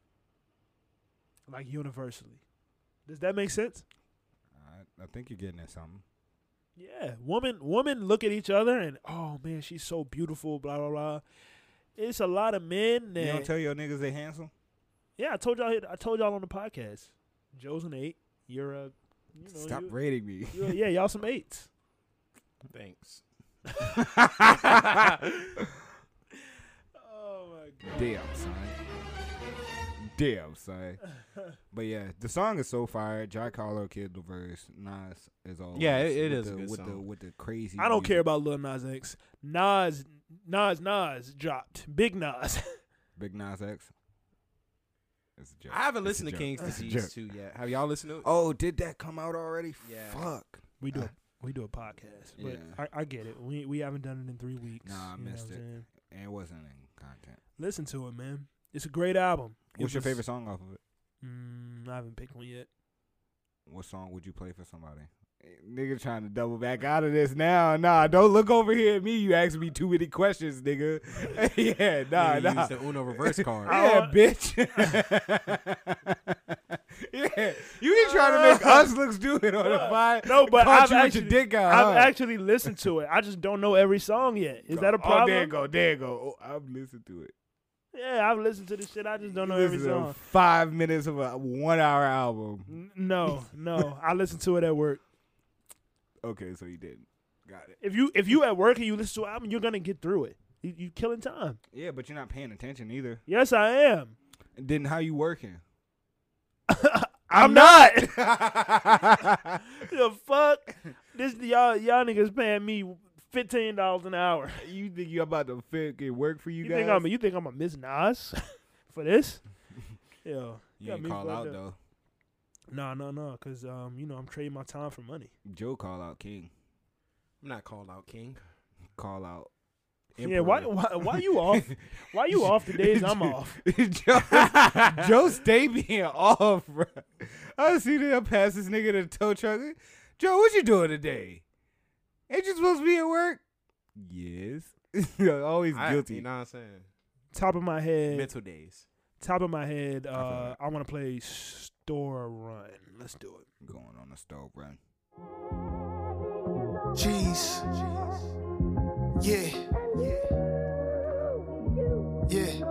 Like universally, does that make sense?
I, I think you're getting at something.
Yeah, women women look at each other and oh man, she's so beautiful, blah blah blah. It's a lot of men
You
that
don't tell your niggas they handsome.
yeah. I told y'all I told y'all on the podcast. Joe's an eight. You're a you know,
Stop
you,
rating me.
you yeah. Y'all some eights.
Thanks.
Oh my god.
Damn son. Damn son. but yeah, the song is so fire. Jai Carlo Kid the verse. Nas is all.
Yeah, it- it is
with
a
the,
good
with the
song.
with the crazy.
I don't
music.
care about Lil Nas X. Nas Nas Nas dropped. Big Nas.
Big Nas X. It's a joke.
I haven't
It's a
listened to
joke.
King's
It's a
Disease
joke.
too yet. Have y'all listened to it?
Oh, did that come out already?
Yeah.
Fuck.
we do a, we do a podcast, but
Uh, Yeah.
I, I get it. We we haven't done it in three weeks.
Nah, I
you know
missed
what I'm
it.
saying?
And it wasn't in content.
Listen to it, man. It's a great album. It
What's your
was-
favorite song off of it?
Mm, I haven't picked one yet.
What song would you play for somebody? Eh, Nigga trying to double back out of this now. Nah, don't look over here at me. You asked me too many questions, nigga. yeah, nah,
Nigga
nah.
used the Uno reverse card.
Yeah,
I-
bitch. yeah, you be trying to make us look stupid on the pod.
No, but
Caught
I've
you with
actually,
your dick out.
I've
huh?
actually listened to it. I just don't know every song yet. Is that a
Oh, there
problem?
you Uh-huh. go. There you go. Oh, I've listened to it.
yeah, I've listened to this shit. I just don't know
This
every
is a
song.
Five minutes of a one-hour album.
N- No, no. I listen to it at work.
Okay, so you didn't. Got it.
If you if you at work and you listen to an album, you're gonna get through it. You, you killing time.
Yeah, but you're not paying attention either.
Yes, I am.
Then how you working?
I'm not.
you
the fuck? This y'all y'all niggas paying me fifteen dollars an hour.
think you about to fucking work for you,
You,
guys?
think I'm a, you think I'm a Miss Nas for this? Yo,
you
got
ain't
me
call
fucked
out
up.
though.
No, no, no, because um, you know, I'm trading my time for money.
Joe call out King.
I'm not called out King.
Call out.
Yeah, why,
Emperor.
why why you off? Why you off the days I'm off?
Joe, Joe stay being off, bro. I see them pass this nigga to the tow truck. Joe, what you doing today? Ain't you supposed to be at work? Yes. Always
I-
guilty.
You know what I'm saying?
Top of my head,
Mental days.
top of my head.
feel
Uh,
that.
I want to play store run. Let's do it.
Going on a stove run.
Jeez. Yeah. Yeah.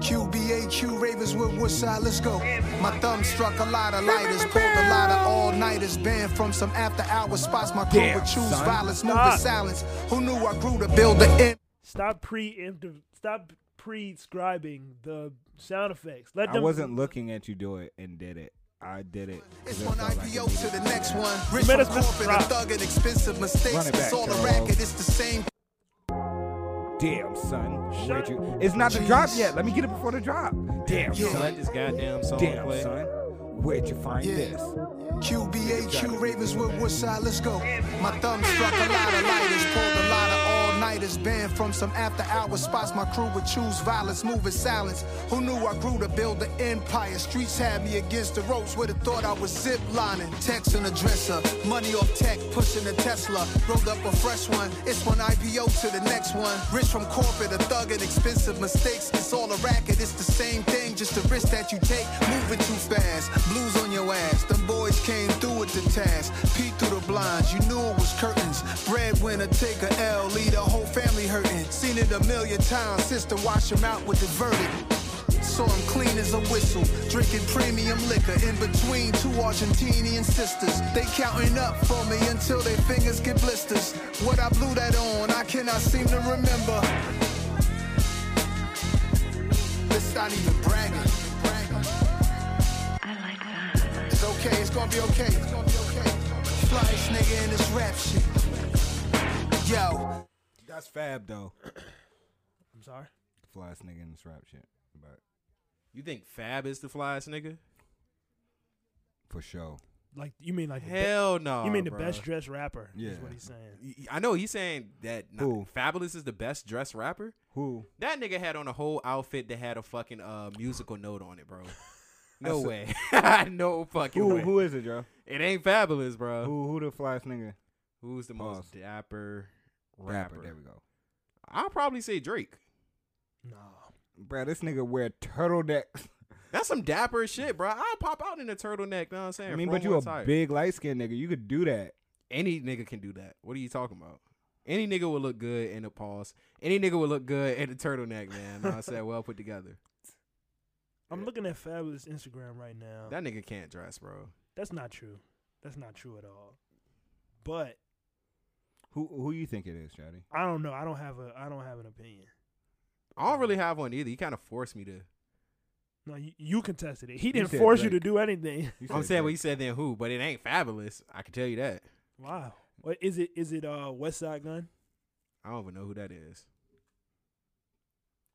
QBAQ Ravenswood Woodside, let's go. My thumb struck a lot of lighters, pulled a lot of all nighters, banned from some after hours spots. My crew would choose violence, move
Stop.
with silence. Who knew I grew to build the end?
Stop pre stop prescribing the sound effects. Let
I
them.
wasn't looking at you do it and did it. I did it.
It's
That's
one
all I can do.
IPO to the next one. Rich
Man,
from
it's Mr.
corporate, a
Rock.
thug and expensive
Run
mistakes.
it back,
It's all a
Charles.
racket. It's the same.
Damn, son. Where'd you? It's not the drop yet. Let me get it before the drop. Damn,
Let
son.
this goddamn song
Damn,
play.
son. Where'd you find
Yeah.
this?
QBA, Q Ravenswood, Woodside, let's go. My thumb struck a lot of lighters, pulled a lot of all nighters, banned from some after hour spots. My crew would choose violence, move in silence. Who knew I grew to build an empire? Streets had me against the ropes, would've thought I was zip lining. Texting a dresser, money off tech, pushing a Tesla. Rolled up a fresh one, it's one IPO to the next one. Rich from corporate, a thug and expensive mistakes. It's all a racket, it's the same thing, just the risk that you take. Moving too fast, blues on your ass. Them boys came through with the task. Peeked through the blinds, you knew it was curtains. Breadwinner, take a L, leave the whole family hurting. Seen it a million times, sister wash him out with the verdict. Saw him clean as a whistle, drinking premium liquor in between two Argentinian sisters. They counting up for me until their fingers get blisters. What I blew that on, I cannot seem to remember. This not even bragging. bragging. It's okay, it's gonna be okay. It's gonna be okay. Flyest nigga in this rap shit. Yo,
That's fab though.
I'm sorry.
Flyest nigga in this rap shit, but
You think Fab is the flyest nigga?
for sure.
Like you mean like the be-
Hell no.
you mean the
bruh.
best dressed rapper?
Yeah.
Is what he's saying.
Y- I know he's saying that not-
Who?
Fabulous is the best dressed rapper.
Who?
That nigga had on a whole outfit that had a fucking uh, musical note on it, bro. No
That's a-
way. no fucking
Who?
way.
Who is it, Joe?
It ain't fabulous, bro.
Who? Who the flyest nigga?
Who's the
Pause.
most dapper rapper?
Rapper. There we go.
I'll probably say Drake.
No.
Bruh, this nigga wear turtlenecks.
That's some dapper shit, bro. I'll pop out in a turtleneck. Know what I'm saying?
I mean,
From
but you
one
a
side.
big light skinned nigga. You could do that.
Any nigga can do that. What are you talking about? Any nigga would look good in a pause. Any nigga would look good in a turtleneck, man. Know what I'm saying? Well put together.
I'm looking at Fabulous Instagram right now.
That nigga can't dress, bro.
That's not true. That's not true at all. But
Who? Who you think it is, Johnny?
I don't know. I don't have a. I don't have an opinion.
I don't really have one either. He kind of forced me to.
No, you, you contested it. He
You
didn't
said
force you to
Drake.
do anything.
You
I'm saying
said Drake.
what you said then who, but it ain't fabulous. I can tell you that.
Wow. What is it? Is it uh West Side Gun?
I don't even know who that is.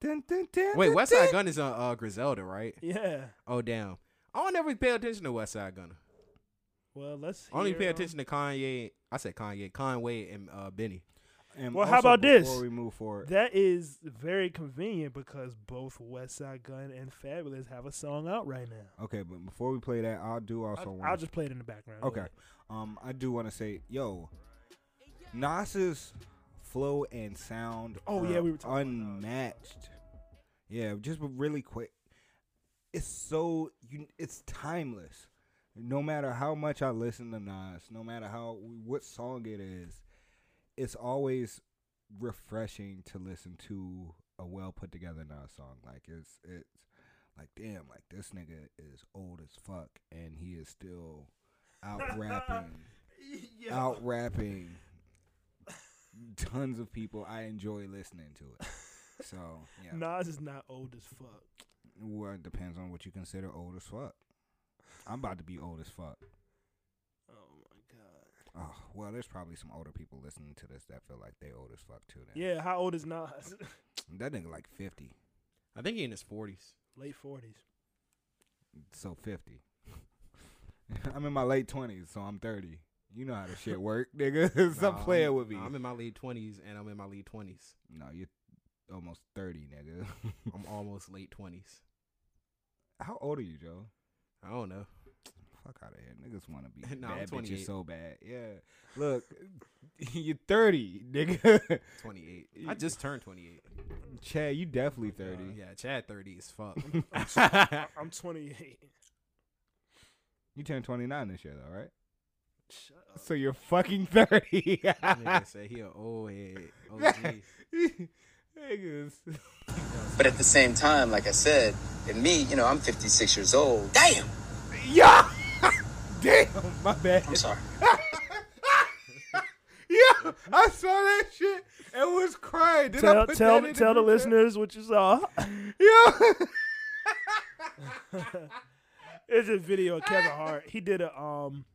Dun, dun, dun,
Wait,
dun,
West Side
dun.
Gun is on uh, Griselda, right?
Yeah.
Oh damn. I don't ever pay attention to West Side Gunner.
Well, let's
I Only
hear,
pay
um,
attention to Kanye. I said Kanye, Conway, and uh, Benny.
And
Well, how
also,
about this?
Before we move forward,
That is very convenient because both West Side Gun and Fabulous have a song out right now.
okay, but before we play that, I'll do
Oh,
also.
I'll,
wanna
I'll just play it in the background. Go
Okay.
ahead.
Um, I do want to say, yo, Nas's flow and sound.
Oh,
are
yeah, we were talking about
unmatched. Yeah, just really quick. It's so you. It's timeless. No matter how much I listen to Nas, no matter how what song it is, it's always refreshing to listen to a well put together Nas song. Like it's it's like damn, like this nigga is old as fuck and he is still out rapping, out rapping tons of people. I enjoy listening to it. So yeah,
Nas is not old as fuck.
well, it depends on what you consider old as fuck. I'm about to be old as fuck.
Oh my god.
Oh, well, there's probably some older people listening to this that feel like they old as fuck too. Then.
Yeah, how old is Nas?
that nigga like fifty,
I think he in his forties.
Late forties.
so fifty. I'm in my late twenties, so I'm thirty. You know how this shit work, nigga. Some player would be.
I'm in my lead twenties, and I'm in my lead twenties.
No, you're almost thirty, nigga.
I'm almost late twenties.
How old are you, Joe?
I don't know.
Fuck out of here. Niggas want to be
Nah, I'm
bad
28.
bitches so bad. Yeah. Look, you're 30, nigga.
Twenty eight. I just turned twenty eight.
Chad, you definitely 30.
yeah, Chad thirty as fuck.
I'm 28.
You turned 29 this year, though, right?
Shut up.
So you're fucking 30.
Nigga say he a old head. OG.
Niggas.
But at the same time, like I said, in me, you know, I'm 56 years old. Damn!
Yeah. Damn, my bad.
I'm sorry.
Yeah, I saw that shit and was crying. Did I
Tell
put
tell
that in
tell the
group chat?
listeners what you saw.
Yeah.
It's a video of Kevin Hart. He did a um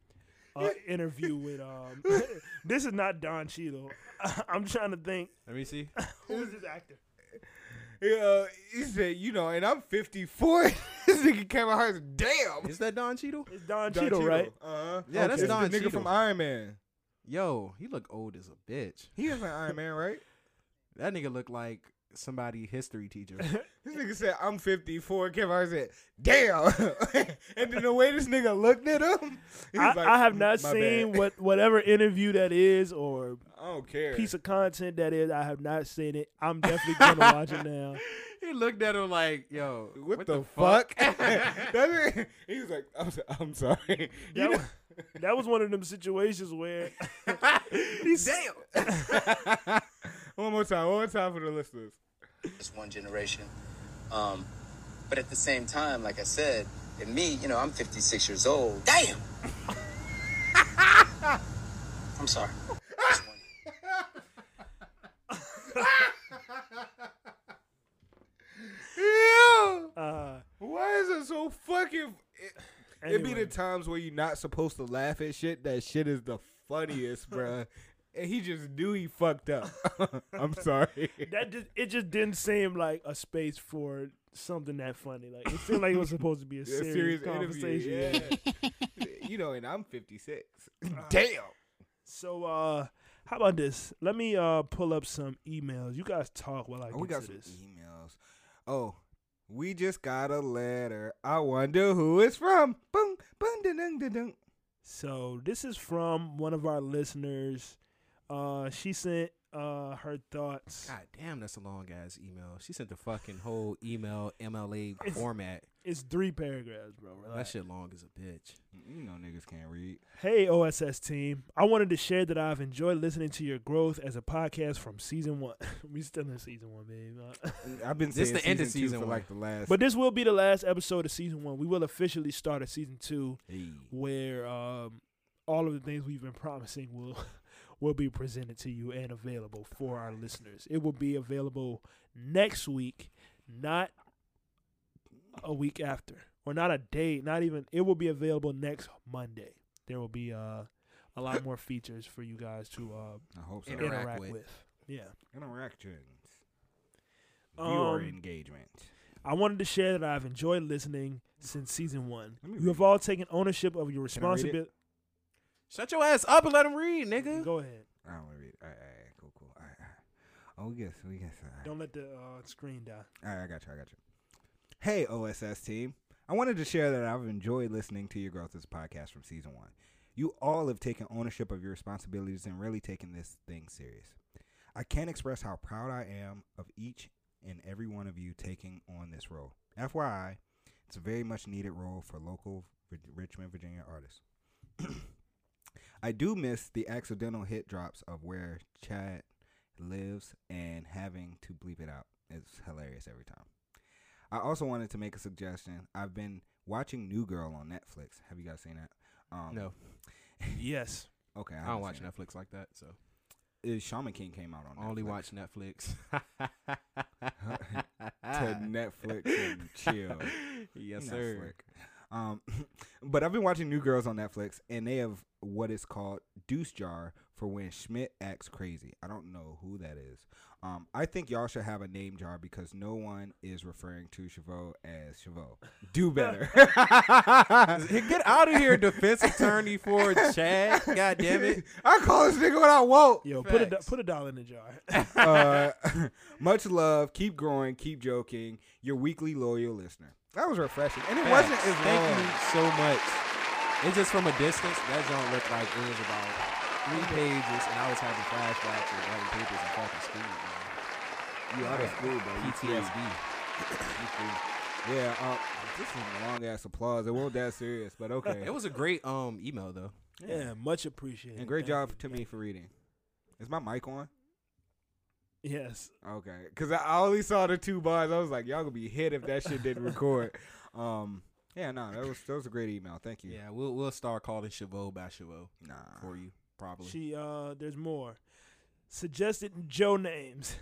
a interview with um. this is not Don Cheadle. I'm trying to think.
Let me see.
Who is this actor?
Uh, he said, you know, and I'm 54. this nigga Kevin Hart's damn.
Is that Don Cheadle?
It's Don, Cheadle, right?
Uh huh.
Yeah, that's Don
the nigga
Cheadle.
from Iron Man.
Yo, he look old as a bitch.
He is an Iron Man, right?
That nigga look like somebody history teacher.
This nigga said, I'm 54. Kevin Hart said, damn. and then the way this nigga looked at him, he
I,
was like,
I have not
"My
seen
bad."
what whatever interview that is or
I don't care.
piece of content that is. I have not seen it. I'm definitely gonna watch it now.
he looked at him like, yo,
what, the, fuck? That's it. He was like, I'm, so- I'm sorry. You
That
know-
was, that was one of them situations where
one more time. One more time for the listeners.
just one generation. Um, but at the same time, like I said, and me, you know, I'm 56 years old. Damn. I'm sorry. Just one-
uh,
Why is it so fucking. It, it be
Anyway.
the times where you're not supposed to laugh at shit. That shit is the funniest, bruh. And he just knew he fucked up. I'm sorry.
that just it just didn't seem like a space for something that funny. Like it seemed like it was supposed to be a
A
serious, conversation.
yeah. you know, and I'm 56. Damn.
So uh how about this? Let me uh pull up some emails. You guys talk while I get
Oh, we got
to
some e-,
this.
emails. Oh, we just got a letter. I wonder who it's from. Boom, boom, dun, dun, dun, dun.
So this is from one of our listeners. Uh she sent uh her thoughts.
God damn, that's a long ass email. She sent the fucking whole email MLA
It's-
format.
It's three paragraphs, bro.
That
Relax.
shit long as a bitch.
You know niggas can't read.
Hey, OSS team. I wanted to share that I've enjoyed listening to your growth as a podcast from season one. we still in season one, babe. Uh,
I've been
This
saying
the end of
two
season
for
one.
like the last.
but this will be the last episode of season one. We will officially start a season two
Hey.
where um, all of the things we've been promising will will be presented to you and available for our listeners. It will be available next week, not a week after, or not a day, not even. It will be available next Monday. There will be uh, a lot more features for you guys to uh,
I hope so.
Interact
interact,
with.
with. Yeah.
Interactions.
Um,
Viewer engagement.
I wanted to share that I've enjoyed listening since season one.
Let me
You have all taken ownership of your
Can I read it?
responsibility.
Shut your ass up and let him read, nigga.
Go ahead.
I don't want to read. All right, all right, cool, cool. All right, all right. Oh, we guess, we guess. All right.
Don't let the uh, screen die.
All right, I got you. I got you. Hey, OSS team. I wanted to share that I've enjoyed listening to your growth as a podcast from season one. You all have taken ownership of your responsibilities and really taken this thing serious. I can't express how proud I am of each and every one of you taking on this role. FYI, it's a very much needed role for local Vir- Richmond, Virginia artists. I do miss the accidental hit drops of where Chad lives and having to bleep it out. It's hilarious every time. I also wanted to make a suggestion. I've been watching New Girl on Netflix. Have you guys seen that? Um,
No,
Yes.
Okay,
I
haven't
don't watch
seen it.
Netflix like that, so
Uh, Shaman King came out on.
I only
Netflix.
watch Netflix.
to Netflix and chill.
Ah. yes,
You know,
sir.
slick. Um, but I've been watching New Girls on Netflix, and they have what is called Deuce Jar for when Schmidt acts crazy. I don't know who that is. Um, I think y'all should have a name jar because no one is referring to Chavo as Chavo. Do better.
Get out of here, defense attorney for Chad. God damn it.
I call this nigga what I want.
Yo, put a do-
Facts.
put a dollar in the jar.
uh, much love. Keep growing. Keep joking. Your weekly loyal listener. That was refreshing, and it wasn't
Facts.
as
Thank
long.
you so much. It's just from a distance. That don't look like it was about three pages, and I was having flashbacks of writing papers in fucking school. man.
You out of school, bro. You
PTSD.
Yeah, uh, this is long ass applause. It wasn't that serious, but okay.
It was a great um email though.
yeah, much appreciated.
and great
Thank
job
you.
to me for reading. Is my mic on?
Yes.
Okay, because I I only saw the two bars. I was like, y'all gonna be hit if that shit didn't record. Um, yeah, no, that was that was a great email. Thank you.
Yeah, we'll we'll start calling Chavot by Chavot
Nah,
for you probably.
She uh there's more. Suggested Joe names.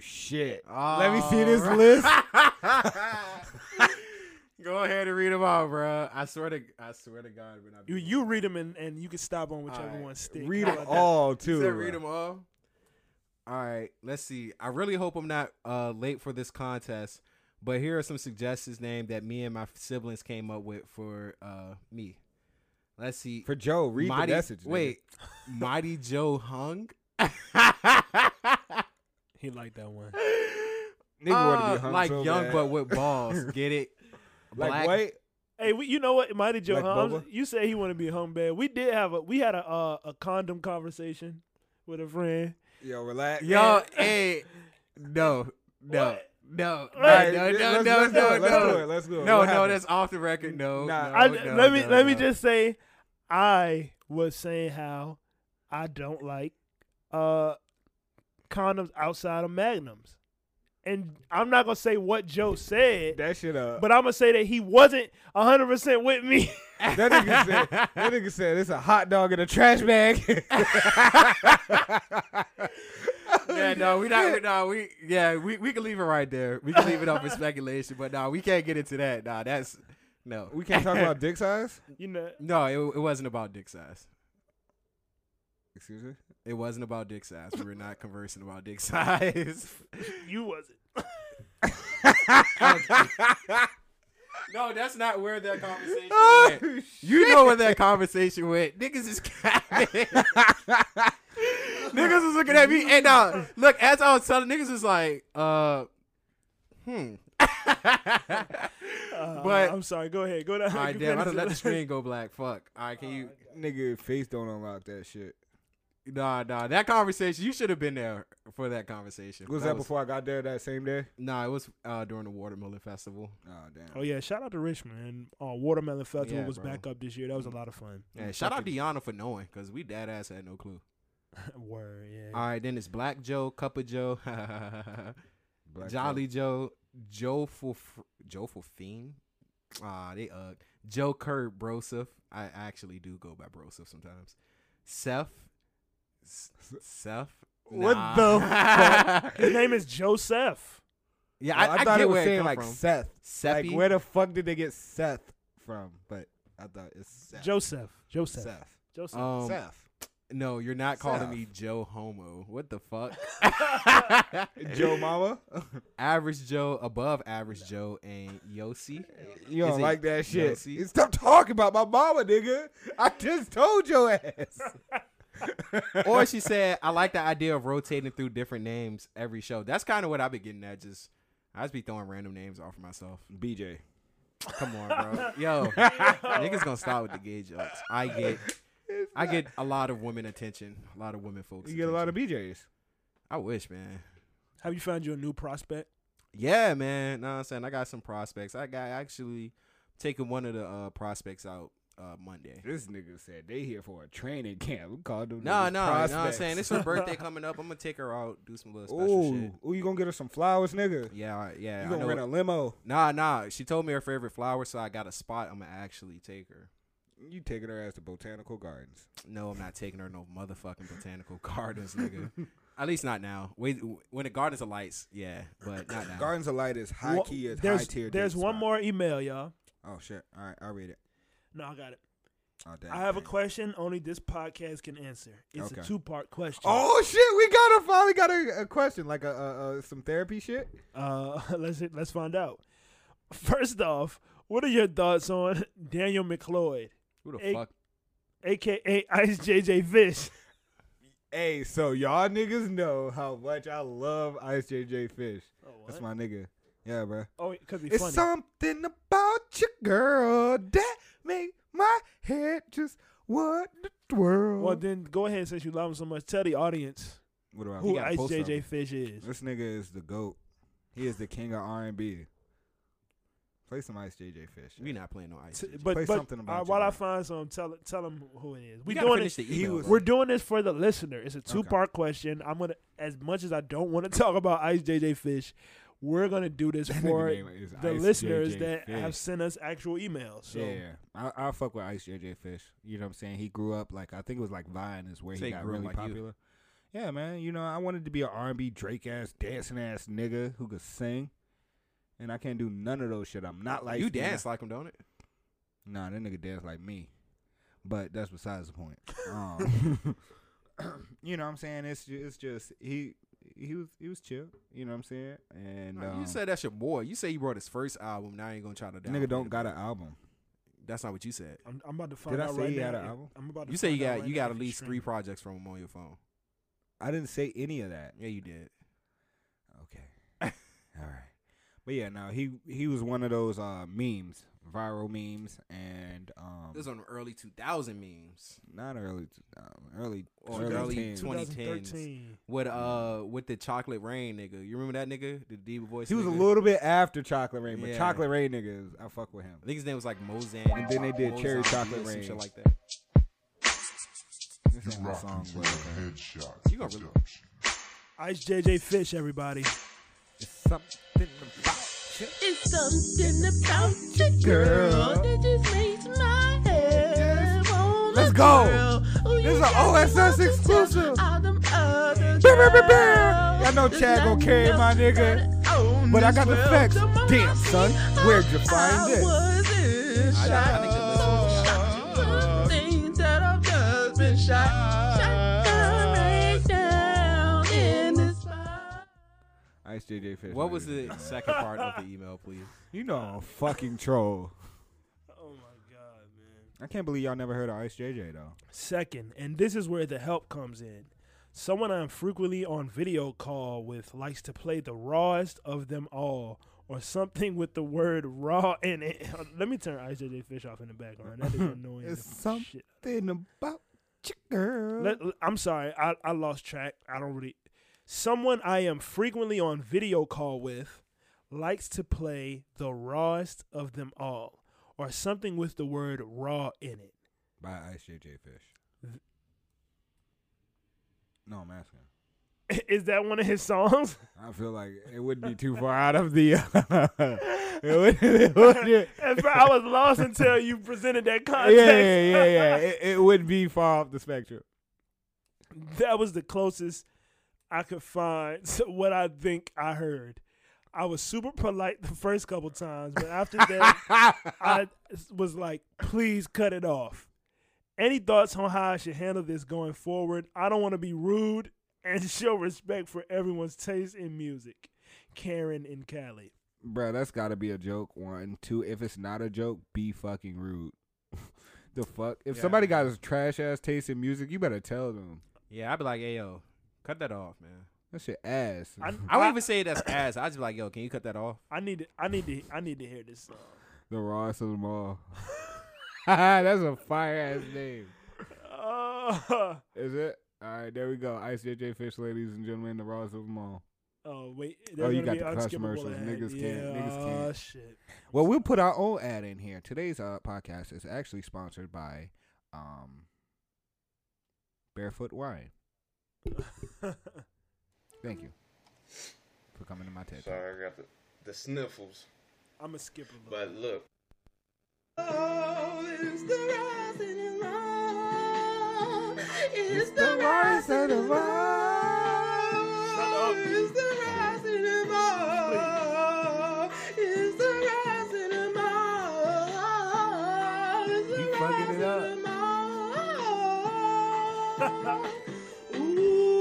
shit! Let me see this list.
Go ahead and read them I swear to I swear to God, when I
You you read them and, and you can stop on whichever
Alright.
one sticks.
Read
How
them
about that?
all
You
too.
said
bro.
read them all. All right, let's see. I really hope I'm not uh, late for this contest, but here are some suggestions named that me and my siblings came up with for uh, me. Let's see.
For Joe, read
Mighty,
the message. nigga.
Wait, Mighty Joe Hung.
He liked that one.
nigga wanna
Uh,
be hung
like
so
young
bad.
but with balls. Get it?
like
Black-
what?
Hey, we, you know what, Mighty Joe?
Like
huh? I'm-
Bubba?
you said he want to be home bad. We did have a we had a uh, a condom conversation with a friend.
Yo, relax.
Yo, hey, no, no,
What?
no, no,
What?
no,
Let's-
no,
let's-
no,
let's do
no,
it, let's do it,
no.
Let's do it.
No,
What
no,
happened?
that's off the record. No,
Nah.
no,
I,
Oh,
no,
let me
no,
let me
no.
just say, I was saying how I don't like uh condoms outside of magnums, and I'm not gonna say what Joe said,
that shit up.
but I'm gonna say that he wasn't 100 percent with me.
That nigga said. That nigga said it's a hot dog in a trash bag.
Yeah, no, we not. we- No, we yeah, we, we can leave it right there. We can leave it up for speculation, but no, we can't get into that. Nah, that's no.
We can't talk about dick size.
you know,
No, it, it wasn't about dick size.
Excuse me.
It wasn't about dick size. We were not conversing about dick size.
you wasn't.
no, that's not where that conversation went. You know where that conversation went. Niggas is capping. niggas was looking at me, and uh, look, as I was telling niggas, was like, uh, hmm.
Uh,
But-
I'm sorry. Go ahead. Go down.
All right,
You
damn, I
finish
done
it.
let the screen go black. Fuck. All right, can you?
Nigga, face don't unlock that shit.
Nah, nah. That conversation, you should have been there for that conversation.
Was that, before I got there that same day?
Nah, it was uh, during the Watermelon Festival.
Oh damn.
Oh yeah, shout out to Richmond. Uh, Watermelon Festival
Yeah,
was
bro.
back up this year. That was a lot of fun.
Yeah, shout out Deanna for knowing, cause we dad ass had no clue.
Word, yeah.
All right, then it's Black Joe, Cup of Joe,
Black
Jolly Joe, Joe for Joe for Fiend. Ah, they uh Joe Kurt Broseph. I actually do go by Broseph sometimes. Seth, S- Seth.
What
Nah.
the fuck? His name is Joseph.
Yeah, I,
Well, I,
I,
thought
get
it was
where it
saying
come
like
from.
Seth.
Seppi.
Like where the fuck did they get Seth from? But I thought it's Seth.
Joseph. Joseph.
Seth.
Joseph.
Um,
Seth.
No, you're not calling
Seth.
me Joe Homo. What the fuck?
Joe Mama.
average Joe, above average Joe, and Yossi.
You
Is
don't
it
like that shit.
Yossi?
Stop talking about my mama, nigga. I just told your ass.
or she said, I like the idea of rotating through different names every show. That's kind of what I've been getting at. Just I just be throwing random names off myself.
BJ.
Come on, bro. Yo, niggas gonna start with the gay jokes. I get, I get a lot of women attention. A lot of women folks.
You get a lot of
attention.
BJs.
I wish, man.
Have you found you a new prospect?
Yeah, man. Know what I'm saying I got some prospects. I got actually taking one of the uh, prospects out uh, Monday.
This nigga said they here for a training camp. We called them.
No, no, no.
niggas
I'm
prospects.
saying it's her birthday coming up. I'm gonna take her out, do some little special
Ooh,
shit.
ooh, you gonna get her some flowers, nigga.
Yeah, I- yeah.
You
I
gonna
know
rent a limo?
Nah, nah. She told me her favorite flower, so I got a spot. I'm gonna actually take her.
You taking her ass to botanical gardens?
No, I'm not taking her no motherfucking botanical gardens, nigga. At least not now. Wait, when the gardens are lights, yeah, but not now.
Gardens of Light is high
Wha-
key. Is
there's
high tier.
there's
date
one
spot.
more email, y'all.
Oh shit! All right, I'll read it.
No, I got it.
Oh, damn,
I have a
damn.
question only this podcast can answer. It's a
Okay.
two part question.
Oh shit! We got a finally got a, a question like a, a, a some therapy shit.
Uh, let's let's find out. First off, what are your thoughts on Daniel McLeod,
Who the
Hey,
fuck?
aka Ice JJ Fish?
Hey, so y'all niggas know how much I love Ice JJ Fish. That's my nigga. Yeah, bro.
Oh, because he's
It's
Oh, funny.
something about your girl that make my head just want to twirl.
well, then go ahead since you love him so much. Tell the audience
what about
who Ice JJ Fish is.
This nigga is the goat. He is the king of R and B. Play some Ice JJ Fish.
We not playing no ice.
T-
JJ.
but
play
but
something about
uh,
you,
while I
man.
find some, tell tell them who it is. We
You gotta
doing
finish
it.
the email,
was-
bro.
We're doing this for the listener. It's a two part question. I'm gonna, as much as I don't want to talk about Ice JJ Fish, we're gonna do this
That nigga
for
name is
the
Ice
listeners
JJ
that
Fish.
have sent us actual emails. So
yeah, I, I fuck with Ice JJ Fish. You know what I'm saying? He grew up like I think it was like Vine is where
So
he
he
got
grew up
really
like you.
popular. Yeah, man. You know, I wanted to be an R&B Drake ass dancing ass nigga who could sing, and I can't do none of those shit. I'm not like
you dance like him, don't it?
Nah, that nigga dance like me. But that's besides the point. Um, you know what I'm saying? It's just, it's just he he was he was chill. You know what I'm saying? And
Nah,
um,
you said that's your boy. You say he brought his first album. Now I ain't gonna try to.
the nigga
downplay
don't
it.
got an album.
That's not what you said.
I'm, I'm about to find
I
out
say
right
he
now.
had an
if-
album?
I'm about to
You say you
find out
got
right
you
now
got
if he's
at least three
streaming.
projects from him on your phone.
I didn't say any of that.
Yeah, you did.
Okay. All right. But yeah, no, he he was one of those uh memes, viral memes, and um,
This is on the early 2000 memes
not early, um, early,
or
early,
Oh, early
10s.
2010s
2013.
with uh with the chocolate rain nigga. You remember that nigga, the diva voice.
He was a
nigga?
little bit after Chocolate Rain, but
Yeah.
Chocolate Rain niggas, I fuck with him.
I think his name was like Mozan.
And then they did Cherry
Mozambique
Chocolate
or some
Rain.
shit like that.
This is my song, but
You gonna really?
Ice JJ Fish, everybody.
it's something about you.
It's something about you, girl, that just makes my head wanna
Let's go.
twirl. Ooh, you
This is an
got me
OSS
wanting to
exclusive.
tell all them other
Bam, bam, bam, bam.
girls
Y'all know
there's
Chad gonna
nothing
carry
else
my nigga.
that own
But I
this
got the
world.
facts.
Come on,
Damn,
I
son,
see
where'd you
I
find this?
was in shock. Things that I've just been shot. Shot down right down in this spot.
Ice JJ Fish.
What was
ladies and
the
gentlemen.
second part of the email, please?
You know, I'm a fucking troll.
Oh my god, man.
I can't believe y'all never heard of Ice JJ though.
Second, and this is where the help comes in. Someone I'm frequently on video call with likes to play the rawest of them all, or something with the word raw in it. Let me turn IJJ Fish off in the background. That is annoying.
It's
the
some-
shit.
Something about you, girl.
Let, I'm sorry, I, I lost track. I don't really. Someone I am frequently on video call with likes to play the rawest of them all, or something with the word raw in it.
By Ice JJ Fish. No, I'm asking.
Is that one of his songs?
I feel like it wouldn't be too far out of the. it would, it would,
And bro, I was lost until you presented that
yeah,
context.
yeah, yeah, yeah. It, it would be far off the spectrum.
that was the closest I could find to what I think I heard. I was super polite the first couple times, but after that, I was like, please cut it off. Any thoughts on how I should handle this going forward? I don't want to be rude and show respect for everyone's taste in music. Karen and Cali.
Bro, that's got to be a joke. One, two. If it's not a joke, be fucking rude. the fuck? If
Yeah.
somebody got a trash ass taste in music, you better tell them
Yeah, I'd be like, hey yo, cut that off, man.
that shit ass.
I,
I wouldn't even say that's ass. I'd just be like, yo, can you cut that off?
I need to. I need to. I need to hear this song.
the rawest of them all. that's a fire ass name.
Oh.
Is it? All right, there we go. Ice JJ Fish, ladies and gentlemen, the rawest of them all.
Oh wait,
Oh, you
there's gonna
got
be
the cuss
unskippable
commercials.
ad.
Niggas can't-
yeah,
niggas
Oh
can't.
shit.
Well, we'll put our own ad in here. Today's uh, podcast is actually sponsored by um, Barefoot Wine. Thank you for coming to my TED. Talk.
I got the, the sniffles,
I'm gonna skip a little.
but look.
Oh, it's the rising in love. It's the rising in love. It's the rising in love. It's the rising in love. It's the
You fucking it up.
rising in love. Ooh,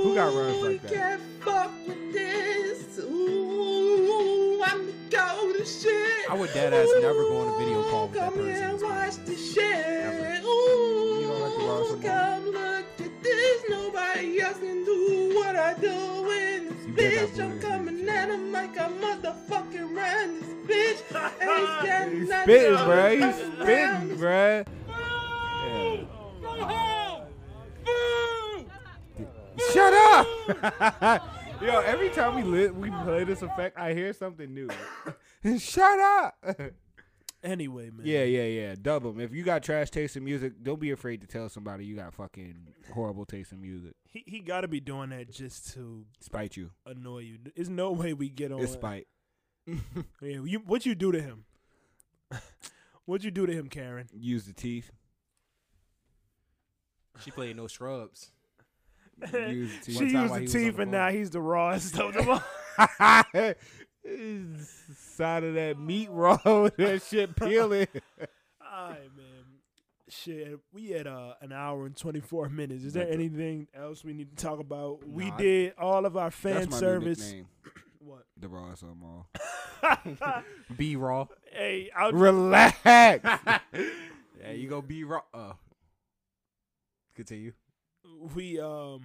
Who got runs like
you
that?
Can't fuck with this. Ooh, I'm the go to shit.
I would dead ass never go on a video call with that
Come
person.
here and
It's crazy.
watch the shit.
Ever.
Ooh,
You don't like to watch them
come look at this. Nobody else can do what I do in
You
this
better
bitch.
not
I'm
believe me,
coming
Jay.
at 'em like a motherfucking ran this bitch. Ain't got
He's
nothing
spitting,
on
bruh.
the
He's
fucking
spitting,
ground.
bruh. Shut up! Yo, every time we lit, we play this effect, I hear something new. Shut up!
Anyway, man.
yeah, yeah, yeah. Dub 'em. If you got trash taste in music, don't be afraid to tell somebody you got fucking horrible taste in music.
He he got to be doing that just to
Spite you.
annoy you. There's no way we get on.
It's spite.
Yeah. You what you do to him? What'd you do to him, Karen?
Use the teeth.
She played no scrubs.
Use the
She
teeth.
time
used
while
the
he was on
teeth,
the
and now
phone.
he's the rawest of them all.
Side of that meat raw, that shit peeling.
All right, right, man. Shit, we had uh, an hour and 24 minutes. Is there anything else we need to talk about? we
Nah, I-
did all of our fan
That's my
service.
New nickname.
What?
The Raw Mall. B Raw.
Hey, I'll
Relax.
yeah, you gonna be raw. Uh, continue.
we um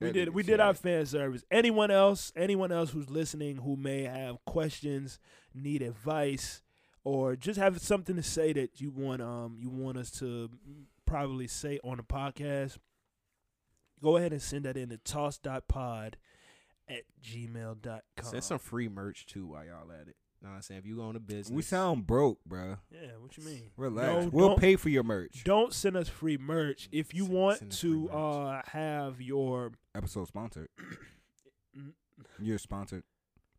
we
That
did
nigga
we did our fan service. Anyone else, anyone else who's listening who may have questions, need advice, or just have something to say that you want um you want us to probably say on the podcast, go ahead and send that in to toss.pod at gmail.com.
Send some free merch too while y'all at it. Know what I'm saying? If you own a business,
we sound broke, bruh.
Yeah, what you mean?
Relax.
No,
we'll
don't-
pay for your merch.
Don't send us free merch. If you want to uh, have your
Episode sponsored.
Mm.
You're sponsored.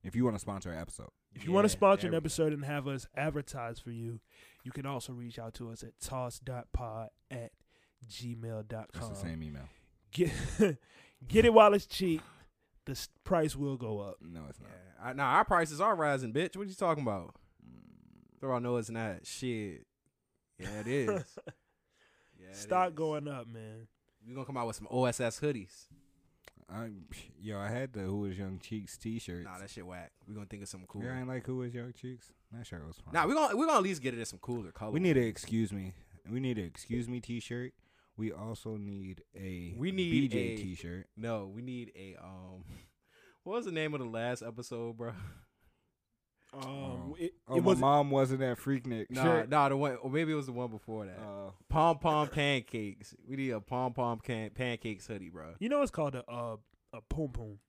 If you want to sponsor an episode.
If you want to sponsor an episode and have us advertise for you, you can also reach out to us at toss.pod at gmail.com.
That's the same email.
Get, get it while it's cheap. The s- price will go up.
No, it's not.
I, nah, our prices are rising, bitch. What you talking about? Throw out no, it's not. Shit. Yeah, it is. yeah, it
Stock
is.
going up, man.
We gonna come out with some OSS hoodies.
I, yo, I had the Who Is Young Cheeks t shirt.
Nah, that shit whack. We gonna think of some cool.
you ain't like Who Is Young Cheeks? That shirt was fine.
Nah, we gonna we gonna at least get it in some cooler color.
We need a excuse me. We need a excuse me t shirt. We also need a
We need
BJ
a-
t shirt.
No, we need a um. What was the name of the last episode, bro?
Um, it,
Oh,
it
my
was
mom wasn't at Freaknik.
Nah,
Sure.
nah, the one or maybe it was the one before that.
Uh,
Pom pom pancakes. We need a pom pom can- pancakes hoodie, bro.
you know it's called a uh, a poom poom.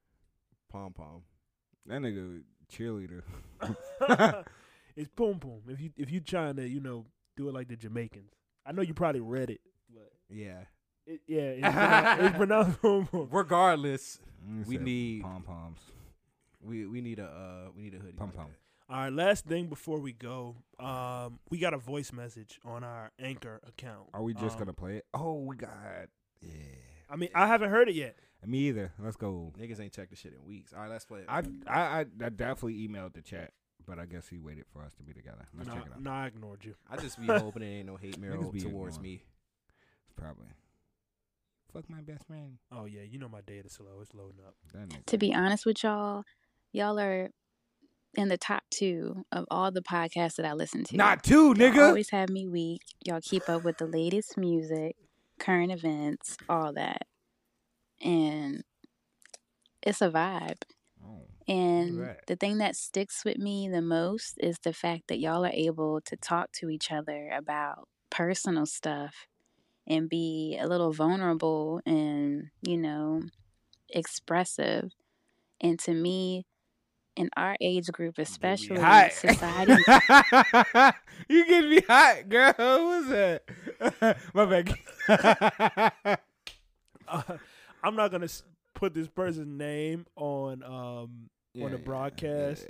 Pom pom.
that nigga cheerleader.
It's poom poom. If you if you trying to you know do it like the Jamaicans, I know you probably read it, but
Yeah.
it, yeah, it's pronounced, it's pronounced poom poom.
Regardless,
Mm,
we
said
need
pom poms.
we we need a uh we need a hoodie.
Pom
like
pom.
that.
All right, last thing before we go, um, we got a voice message on our Anchor account.
Are we just
Um,
gonna play it? Oh, we got. Yeah.
I mean, I haven't heard it yet.
Me either. Let's go.
Niggas ain't checked the shit in weeks. All right, let's play it.
I I I, I definitely emailed the chat, but I guess he waited for us to be together. Let's
Nah,
check it out.
nah, I ignored you.
I just be hoping it ain't no hate mail
Niggas be
towards
ignoring.
me.
Probably. Fuck my best friend.
Oh yeah, you know my data slow. It's loading up.
That nigga.
to be honest with y'all, y'all are in the top two of all the podcasts that I listen to.
Not
Y'all
two, nigga.
always have me weak. Y'all keep up with the latest music, current events, all that. And it's a vibe.
Oh.
And
Right.
the thing that sticks with me the most is the fact that y'all are able to talk to each other about personal stuff and be a little vulnerable and, you know, expressive. And to me, in our age
Oh,
group, especially,
hot.
society
you getting me hot, girl. Who was that? my bad.
Uh, I'm not gonna s- put this person's name on um on
Yeah,
the
yeah,
broadcast,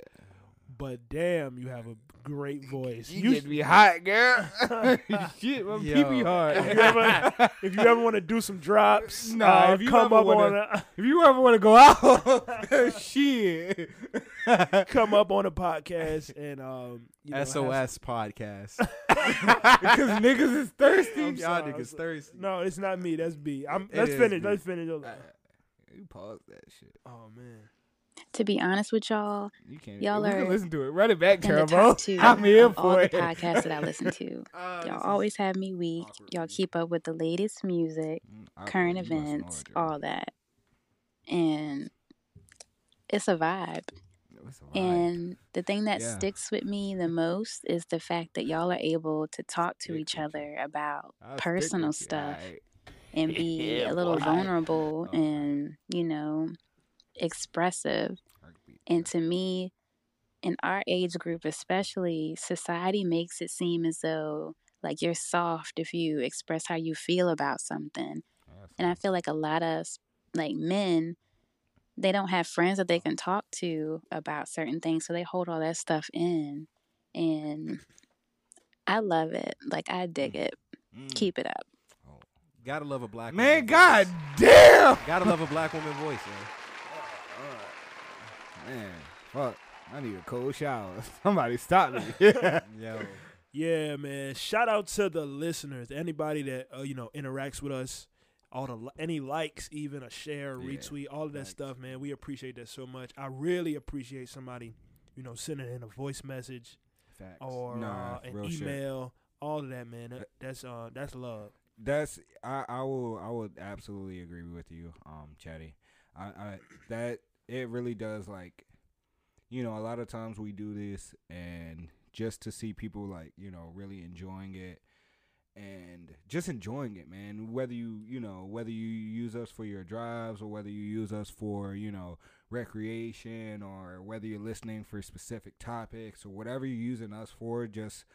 but damn, you have a great voice.
you
You
getting me hot, girl. Shit, my pee pee
Yo.
hard.
if you ever if you ever want to do some drops,
Nah,
uh,
if you
come
ever
up
wanna-
on a,
If you ever want to go out, shit.
come up on a podcast and um you know, have some-
SOS podcast.
Because niggas is thirsty.
I'm
Y'all
sorry, I'm
niggas
sorry.
thirsty.
No, it's not me. That's B. I'm,
It
let's
is
finish.
B.
Let's finish. Hold on.
You pause that shit.
Oh man.
to be honest with y'all,
You can't.
Y'all
we
are
can listen to it. Run it back,
in the top
Turbo.
two
I'm here
of all the
for it. Oh,
podcasts that I listen to. Y'all always have me weak. Y'all keep up with the latest music,
Mm,
current events, all that. And it's a vibe. And the thing that
Yeah.
sticks with me the most is the fact that y'all are able to talk to
Stick
each
with
other about
I'll stick
personal
with you.
stuff
Aight.
and be
Yeah,
a little
boy.
vulnerable and, you know, expressive. And to me, in our age group especially, society makes it seem as though like you're soft if you express how you feel about something. And I feel like a lot of s- like men, they don't have friends that they can talk to about certain things, so they hold all that stuff in. And I love it. Like I dig it. Keep it up.
Gotta love a black
Man,
woman
god
voice.
damn.
Gotta love a black woman voice, man.
Man, fuck. I need a cold shower. Somebody stop me.
Yo,
Yeah, man. Shout out to the listeners, anybody that uh, you know interacts with us, all the li- any likes, even a share, a
Yeah,
retweet, all of that stuff, man. We appreciate that so much. I really appreciate somebody, you know, sending in a voice message
Facts.
or
Nah,
uh, an
real shit.
email, all of that, man. That, that's uh, that's love.
That's I, I will I will absolutely agree with you, um, Chatty. I, I that it really does like you know, a lot of times we do this and just to see people like, you know, really enjoying it and just enjoying it, man. Whether you you know, whether you use us for your drives or whether you use us for, you know, recreation or whether you're listening for specific topics or whatever you're using us for, just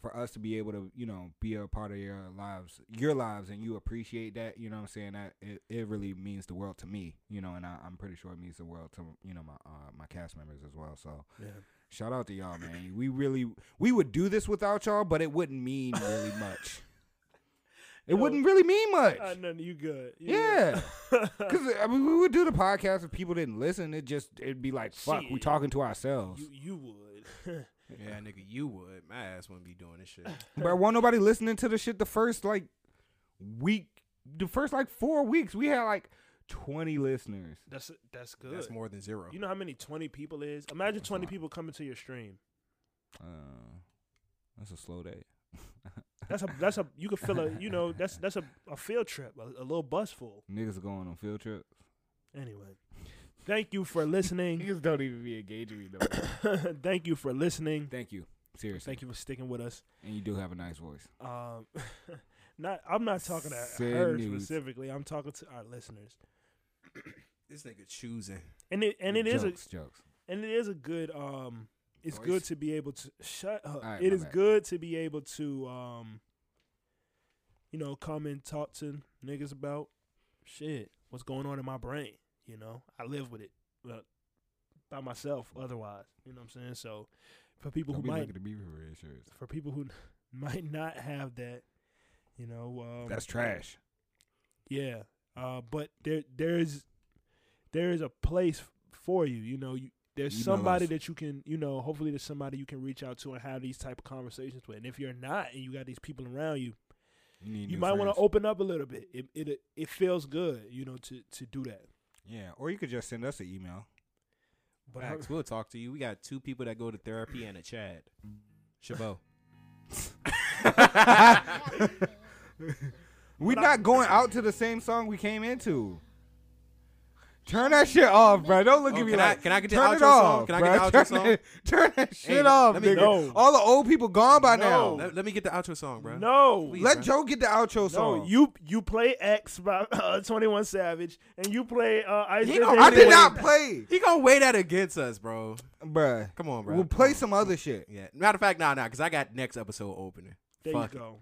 for us to be able to, you know, be a part of your lives, your lives, and you appreciate that, you know what I'm saying? That it, it really means the world to me, you know, and I, I'm pretty sure it means the world to, you know, my uh, my cast members as well. So,
Yeah.
shout out to y'all, man. We really, we would do this without y'all, but it wouldn't mean really much. It wouldn't really mean much.
Uh, no, you good. You
Yeah,
good.
because I mean, we would do the podcast if people didn't listen. It just it'd be like, fuck, we
Shit.
talking to ourselves.
You, you would.
Yeah, nigga, you would. My ass wouldn't be doing this shit.
But won't nobody listening to the shit the first like week, the first like four weeks. We had like twenty listeners.
that's that's good.
That's more than zero.
You know how many twenty people is? Imagine twenty people coming to your stream.
Uh, that's a slow day.
That's a that's a you could feel a you know that's that's a, a field trip a, a little bus full
Niggas are going on field trips.
anyway. Thank you for listening.
Niggas don't even be engaging me though.
Thank you for listening.
Thank you, seriously.
Thank you for sticking with us.
And you do have a nice voice.
Um, not I'm not talking to
Send
her
nudes.
specifically. I'm talking to our listeners.
This nigga choosing.
And it and it is
jokes, jokes.
a and it is a good um. It's
Voice.
good to be able to shut up.
Alright,
it
my
is
bad.
good to be able to um. You know, come and talk to niggas about shit. What's going on in my brain? You know, I live with it, but by myself. Otherwise, you know what I'm saying. So, for people
Don't
who
be
might
looking at me for red shirts.
for people who might not have that, you know, um,
That's trash.
yeah. Uh, but there there is there is a place for you. You know, you there's
Email
somebody
us.
that you can you know. Hopefully, there's somebody you can reach out to and have these type of conversations with. And if you're not, and you got these people around you,
You, need
you
new
might want
friends.
to open up a little bit. It it it feels good, you know, to to do that.
Yeah, or you could just send us an email.
But
Facts, we'll talk to you. We got two people that go to therapy and a Chad. Chabot.
We're not going out to the same song we came into. Turn that shit off, bro. Don't look
Oh,
at me
can I-
like.
can I get the
turn
outro
it
song?
off,
Can I get
bruh.
the outro
turn
song?
That, turn that shit
Hey,
off,
let me
nigga.
know.
All the old people gone by
No.
now.
Let, let me get the outro song, bro.
no,
Please,
Let
bruh.
Joe get the outro song.
no, you you play X by uh, Twenty One Savage, and you play uh, Ice.
He
Age
gonna-
I
Anthony.
did not play,
He gonna weigh that against us, bro.
bruh.
Come on, bro.
We'll play some other shit.
Yeah. Matter of fact, nah, nah, because I got next episode opening.
There
Fuck
you
it.
go.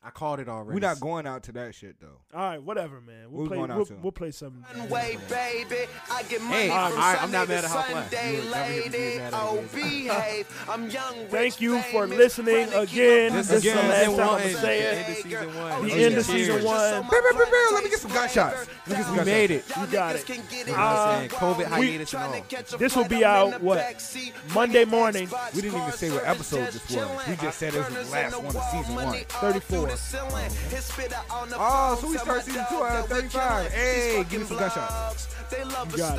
I called it already.
We're not going out to that shit though.
All right, whatever, man. We'll
Who's
play.
going out
We'll,
to 'em?
we'll play some. uh,
Way, baby, I get money
Hey,
from
I'm- alright, I'm
Sunday
not
to
mad at how flat.
Sunday,
You would never get to be
lady.
mad at
Oh,
it.
behave. I'm young,
Thank
rich,
you for
famous,
listening
tryna keep
again.
up
This
with
is
the
season
Joneses.
one.
I'ma say it.
End of season one.
The
Oh,
end of
cheers.
season one.
Beep, beep, beep, beep. Let me get some gunshots. Let me get some
We
gunshots.
made it.
You got it.
You know what I'm saying? COVID hiatus and all.
This will be out, what, Monday morning?
We didn't even say what episode this was. We just said it was the last one of season one.
34.
Oh, so we start season two out of 35. Hey, give me some gunshots. You got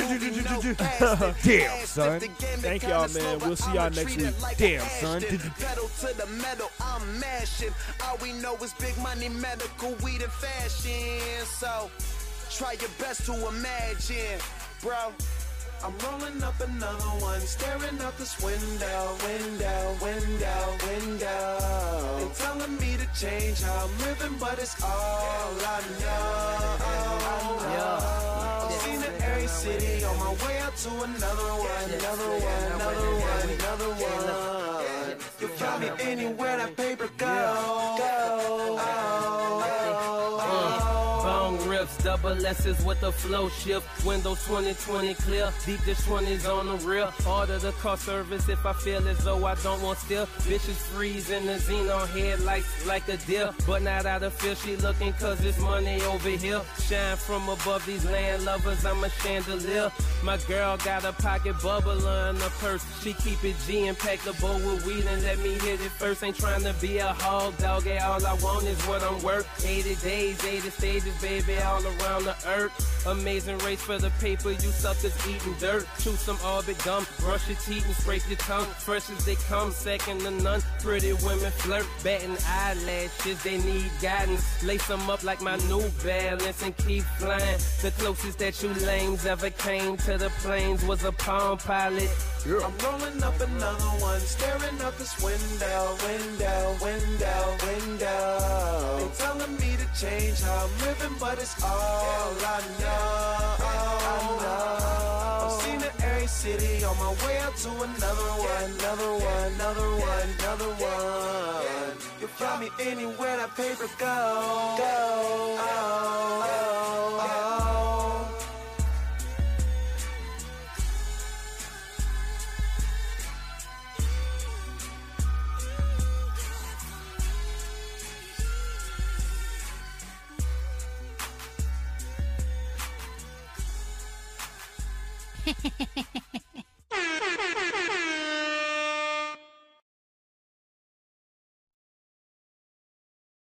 it. Damn, son.
Thank y'all, man. We'll see y'all next week.
Damn, son. Pedal to the metal, I'm mashing. All we know is big money, medical, weed, and fashion. So try your best to imagine, bro. I'm rolling up another one, staring out this window, window, window, window. And telling me to change how I'm living, but it's all I know. I'm seeing the every city on my way out to another one, another one, another one, another one. You find me anywhere that paper goes.
Bone rips Double S's with a flow shift. Windows 2020 clear. Deep dish 20s on the real. Order the car service if I feel as though I don't want still. Bitches freeze in the xenon headlights like a deer. But not out of fear. She looking cause it's money over here. Shine from above these land lovers. I'm a chandelier. My girl got a pocket bubbler in her purse. She keep it G and pack the bowl with weed and let me hit it first. Ain't trying to be a hog dog. Yeah, all I want is what I'm worth. 80 days, 80 stages, baby, all around the earth. Amazing race for the paper. You suckers eating dirt. Chew some orbit gum, brush your teeth and scrape your tongue. Fresh as they come, second to none. Pretty women flirt, batting eyelashes. They need guidance. Lace them up like my new balance and keep flying. The closest that you lames ever came to the planes was a palm pilot.
I'm rolling up another one, staring out this window, window, window, window. They telling me to change how I'm living, but it's all I know. I've seen the airy city on my way out to another one, another one, another one, another one. You find me anywhere that paper go, go. oh, oh.
Hehehehe